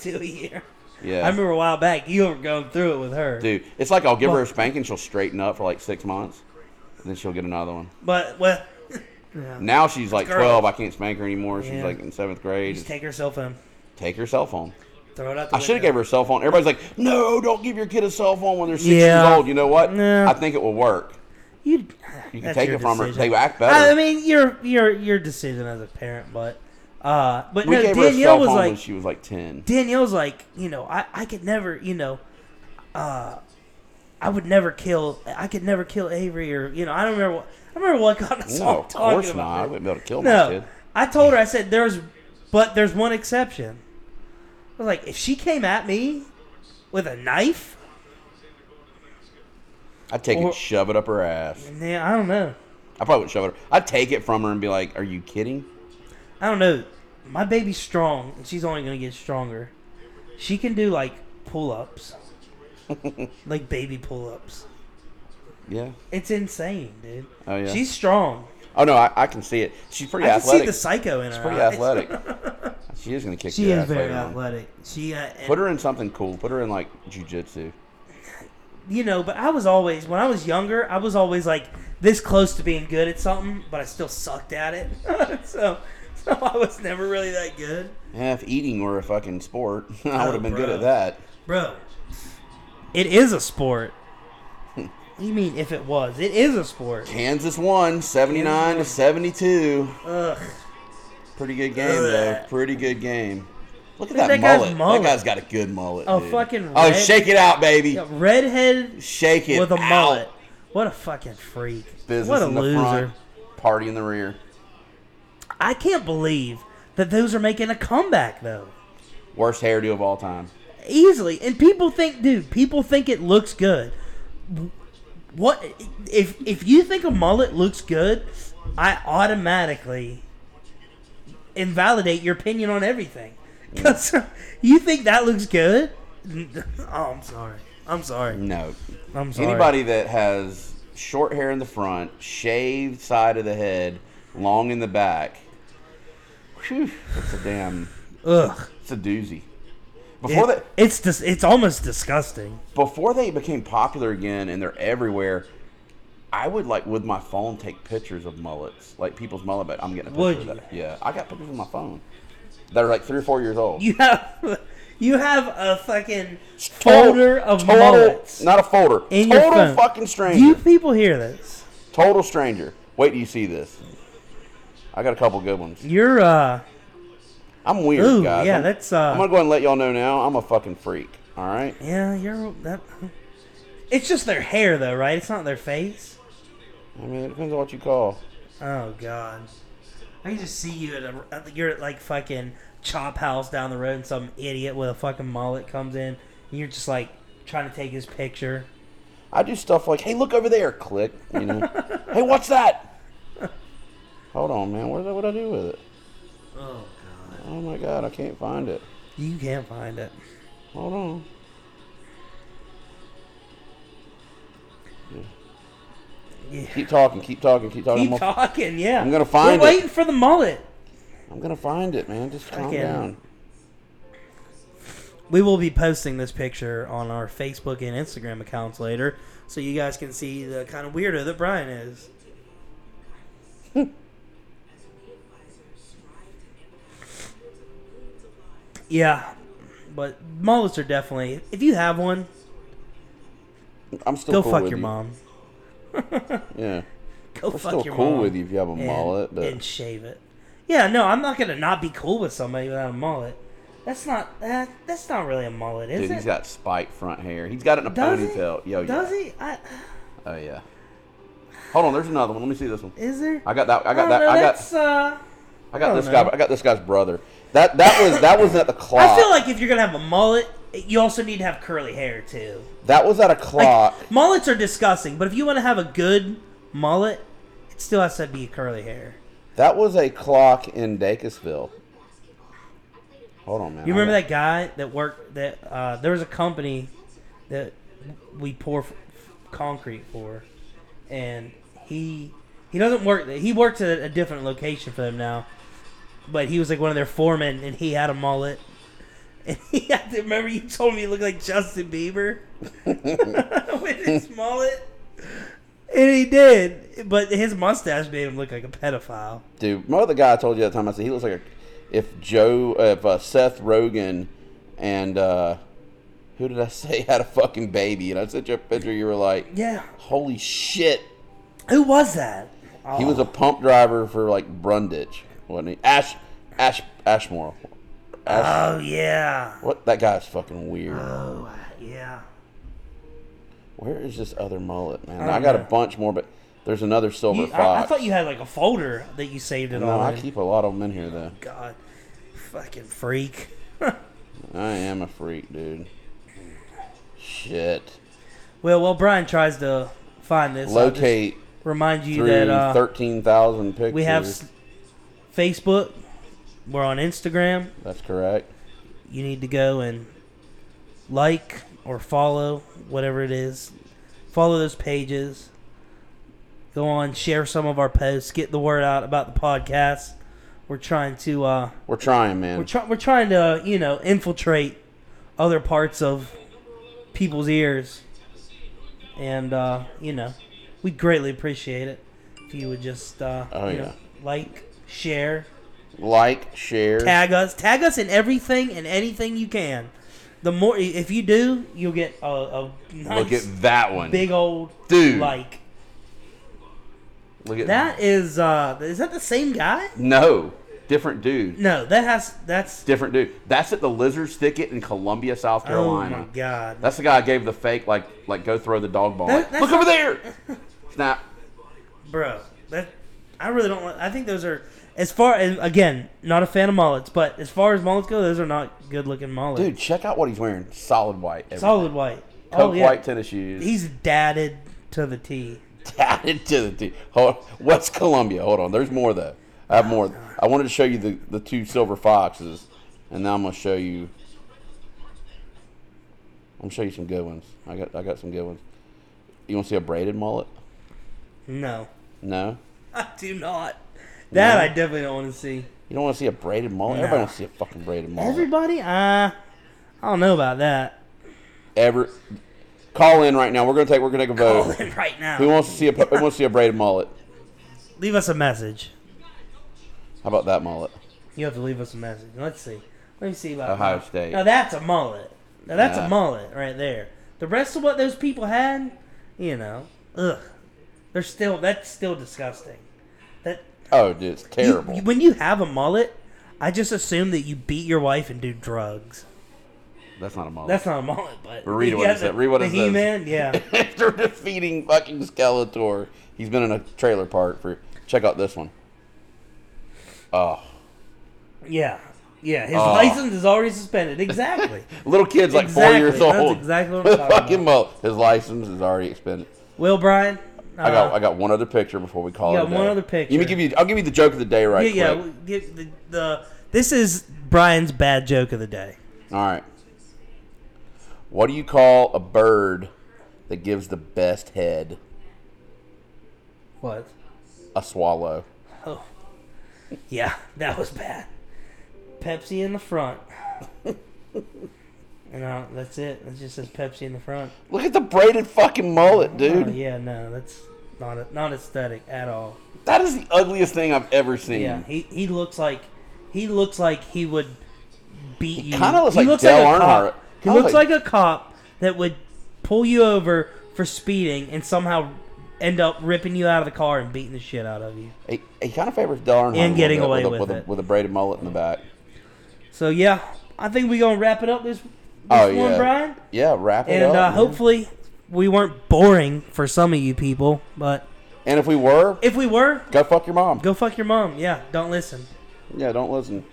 two a year. Yeah. I remember a while back you were going through it with her. Dude, it's like I'll give her a spanking, she'll straighten up for like six months, and then she'll get another one. But well, yeah. Now she's like Girl. 12. I can't spank her anymore. She's Yeah. like in seventh grade. just take her cell phone, Take her cell phone. throw it out. The I should have gave her a cell phone. Everybody's like, no, don't give your kid a cell phone when they're six Yeah. years old. You know what? No. I think it will work. You, [sighs] You can that's take your it from her. decision. They act better. I mean, your your your decision as a parent, but uh, but we no, gave her a Danielle cell was phone like when she was like 10. Danielle's like, you know, I, I could never, you know, uh, I would never kill, I could never kill Avery or, you know, I don't remember what, I remember what God I saw No, talking of course about not. I this. wouldn't be able to kill my No, kid. I told her, I said, there's, but there's one exception. I was like, if she came at me with a knife, I'd take it Or- and shove it up her ass. then I don't know. I probably wouldn't shove it. I'd take it from her and be like, are you kidding? I don't know. My baby's strong, and she's only gonna get stronger. She can do like pull [laughs] ups, like baby pull ups. Yeah. It's insane, dude. Oh, yeah. She's strong. Oh, no, I, I can see it. She's pretty I can athletic. see the psycho in her. pretty eyes. athletic. [laughs] she is going to kick she your is ass very later on. athletic. She, uh, and- Put her in something cool. Put her in like jujitsu. you know, but I was always when I was younger, I was always like this close to being good at something, but I still sucked at it. [laughs] so, so I was never really that good, Yeah, if eating were a fucking sport, [laughs] I Oh, would have been good bro. at that. bro. It is a sport. What do you mean if it was? It is a sport. Kansas won 79 to 72. Ugh. Pretty good game, though. Ugh. Pretty good game. Look Look at that, at that guy's mullet. mullet. That guy's got a good mullet. Oh, dude. fucking Oh, red- shake it out, baby. Yeah, redhead Shake it with a out. mullet. What a fucking freak. Business what a in the loser. front, party in the rear. I can't believe that those are making a comeback though. Worst hairdo of all time. Easily. And people think, dude, people think it looks good. What if if you think a mullet looks good, I automatically invalidate your opinion on everything. [laughs] Cuz you think that looks good? [laughs] Oh, I'm sorry. I'm sorry. No. I'm sorry. Anybody that has short hair in the front, shaved side of the head, long in the back, whew, that's a damn, Ugh. it's a doozy. It- Before that, it's dis- it's almost disgusting. [laughs] before they became popular again and they're everywhere, I would like with my phone take pictures of mullets, like people's mullet. But I'm getting a picture Would of you? that. Yeah, I got pictures on my phone that are like three or four years old. You have you have a fucking Total- folder of total, mullets not a folder. in your total phone. fucking Do you stranger. people hear this? total stranger. Wait, do you see this? I got a couple good ones. You're uh I'm weird, Ooh, guys. yeah, I'm, that's, uh, I'm gonna go ahead and let y'all know now. I'm a fucking freak. All right. yeah, you're that It's just their hair though, right? It's not their face. I mean, it depends on what you call. Oh god. I can just see you at a at the- you're at like fucking chop house down the road and some idiot with a fucking mullet comes in and you're just like trying to take his picture. I do stuff like, hey, look over there, click. You [laughs] know, hey, what's that? Hold on, man. What what I do with it? Oh god. Oh my god, I can't find it. You can't find it. Hold on. Yeah. Keep talking. Keep talking. Keep talking. Keep I'm, gonna, talking, yeah. I'm gonna find We're it. waiting for the mullet. I'm gonna find it, man. Just calm Fucking- down. We will be posting this picture on our Facebook and Instagram accounts later, so you guys can see the kind of weirdo that Brian is. yeah, but mullets are definitely. If you have one, I'm still go cool fuck with your you. mom. Yeah, Go we're fuck still your cool mom. with you if you have a and, mullet, but and shave it. Yeah, no, I'm not gonna not be cool with somebody without a mullet. That's not that, That's not really a mullet, is dude, it? he's got spiked front hair. He's got it in a Does he? ponytail. Yo, Does yeah. he? I, Oh yeah. Hold on, there's another one. Let me see this one. is there? I got that. I don't got that. know, I that's, got. uh, I I got don't this know. guy. I got this guy's brother. That that was that was at the [laughs] clock. I feel like if you're gonna have a mullet, you also need to have curly hair too. that was at a clock. Mullets are disgusting, but if you want to have a good mullet, it still has to be curly hair. That was a clock in Dacusville. Hold on, man. You remember that guy that worked that uh, there was a company that we pour f- concrete for, and he he doesn't work. there. He works at a different location for them now, but he was like one of their foremen, and he had a mullet. [laughs] And he had to remember you told me he looked like Justin Bieber [laughs] with his mullet, and he did. But his mustache made him look like a pedophile. Dude, my other guy I told you that time, I said he looks like a, if Joe, uh, if uh, Seth Rogen and uh, who did I [laughs] say had a fucking baby? And I sent you a picture. You were like, Yeah, holy shit. who was that? Oh, He was a pump driver for like Brundage, wasn't he? Ash, Ash, Ashmore. Ash, Oh yeah. what? That guy's fucking weird. Oh yeah. Where is this other mullet, man? don't I, got a know. bunch more, but there's another silver You, I, I fox. thought you had like a folder that you saved it no, all. I in. keep a lot of them in here though. God, fucking freak. I am a freak, dude. Shit. Well, while Brian tries to find this, I'll just Locate remind you through that uh, thirteen thousand pictures. we have s- Facebook. We're on Instagram. That's correct. You need to go and like or follow whatever it is. Follow those pages. Go on, share some of our posts. Get the word out about the podcast. We're trying to uh, We're trying, man. we're, try- we're trying to you know infiltrate other parts of people's ears and uh, you know we'd greatly appreciate it if you would just uh, Oh, you yeah. know, like share like, share. tag us tag us in everything and anything you can the more if you do you'll get a, a Look nice at that one. big old Dude. like Look at that is uh is that the same guy No, different dude. no that has that's Different dude. That's at the Lizard's Thicket in Columbia, South oh Carolina. my god That's the guy I gave the fake like like go throw the dog ball. That- that's Look [laughs] over there. Snap. bro. That I really don't. want- I think those are as far as again, not a fan of mullets, but as far as mullets go, those are not good looking mullets. Dude, check out what he's wearing. Solid white. everything. solid white. Coke oh yeah, white tennis shoes. he's dadded to the T. tatted to the teeth. Hold West Columbia. Hold on. There's more though. I have more. I wanted to show you the, the two silver foxes, and now I'm gonna show you. I'm gonna show you some good ones. I got I got some good ones. You want to see a braided mullet? No, [laughs] No. I do not. That No. I definitely don't want to see. You don't want to see a braided mullet. No. Everybody wants to see a fucking braided mullet. Everybody, uh, I don't know about that. Ever. Call in right now. We're gonna take. We're gonna take a Call vote. in [laughs] right Who now. wants to see a Who wants to see a braided mullet? Leave us a message. How about that mullet? You have to leave us a message. Let's see. Let me see about Ohio State. Now that's a mullet. Now that's Yeah. a mullet right there. The rest of what those people had, you know, ugh, they're still that's still disgusting. That Oh, dude, it's you- terrible. you- when you have a mullet, I just assume that you beat your wife and do drugs. That's not a mullet. That's not a mullet, but Read You what it got said- the- read what the it says. He-Man, [laughs] yeah. after defeating fucking Skeletor. He's been in a trailer park for. Check out this one. Oh, Yeah. Yeah, his Oh. license is already suspended. Exactly. little kids like four Exactly. years That's old. exactly [laughs] what I'm talking fucking about. His license is already expended. Will Bryan. Uh, I got I got one other picture before we call You it. a got one day. other picture. Let me give you. I'll give you the joke of the day right yeah, yeah. quick. we- Get the, the this is Brian's bad joke of the day. All right. What do you call a bird that gives the best head? What? A swallow. Oh. Yeah, that was bad. Pepsi in the [laughs] front. and uh, that's it. It just says Pepsi in the front. Look at the braided fucking mullet, dude. Oh, yeah, no, that's not not aesthetic at all. That is the ugliest thing I've ever seen. Yeah, he he looks like he looks like he would beat you. kinda looks he like looks Dale like a Earnhardt. cop. He Kinda looks like- like a cop that would pull you over for speeding and somehow end up ripping you out of the car and beating the shit out of you. He, he kind of favors Darn And getting with, away a, with with, a, it. with a braided mullet in the back. So yeah, I think we're gonna wrap it up this this Oh one, yeah, Brian. yeah. Wrap it And up. uh, man. hopefully we weren't boring for some of you people, but and if we were, if we were, go fuck your mom. go fuck your mom. Yeah, don't listen. Yeah, don't listen.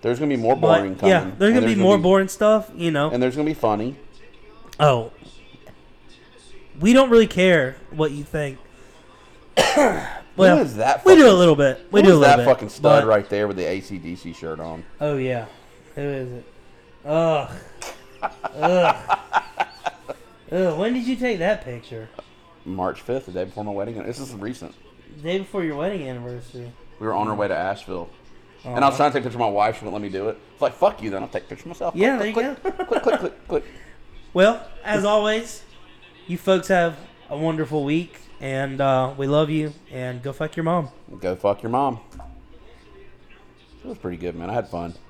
There's gonna be more But boring coming. yeah, there's And gonna be more boring stuff, you know. and there's gonna be funny. Oh. We don't really care what you think. [coughs] well, is that we do a fucking- little bit. We Who do a is little that bit. fucking stud but- right there with the ACDC shirt on? Oh yeah. Who is it? Ugh. [laughs] Ugh. Ugh. When did you take that picture? March 5th, the day before my wedding. This is recent. The day before your wedding anniversary. We were on our way to Asheville. And I was trying to take a picture of my wife. She wouldn't let me do it. It's like, fuck you, then I'll take a picture of myself. Yeah, click, there you [laughs] click, click, click, click, click, click. Well, as always, you folks have a wonderful week, and uh, we love you. And go fuck your mom. Go fuck your mom. It was pretty good, man. I had fun.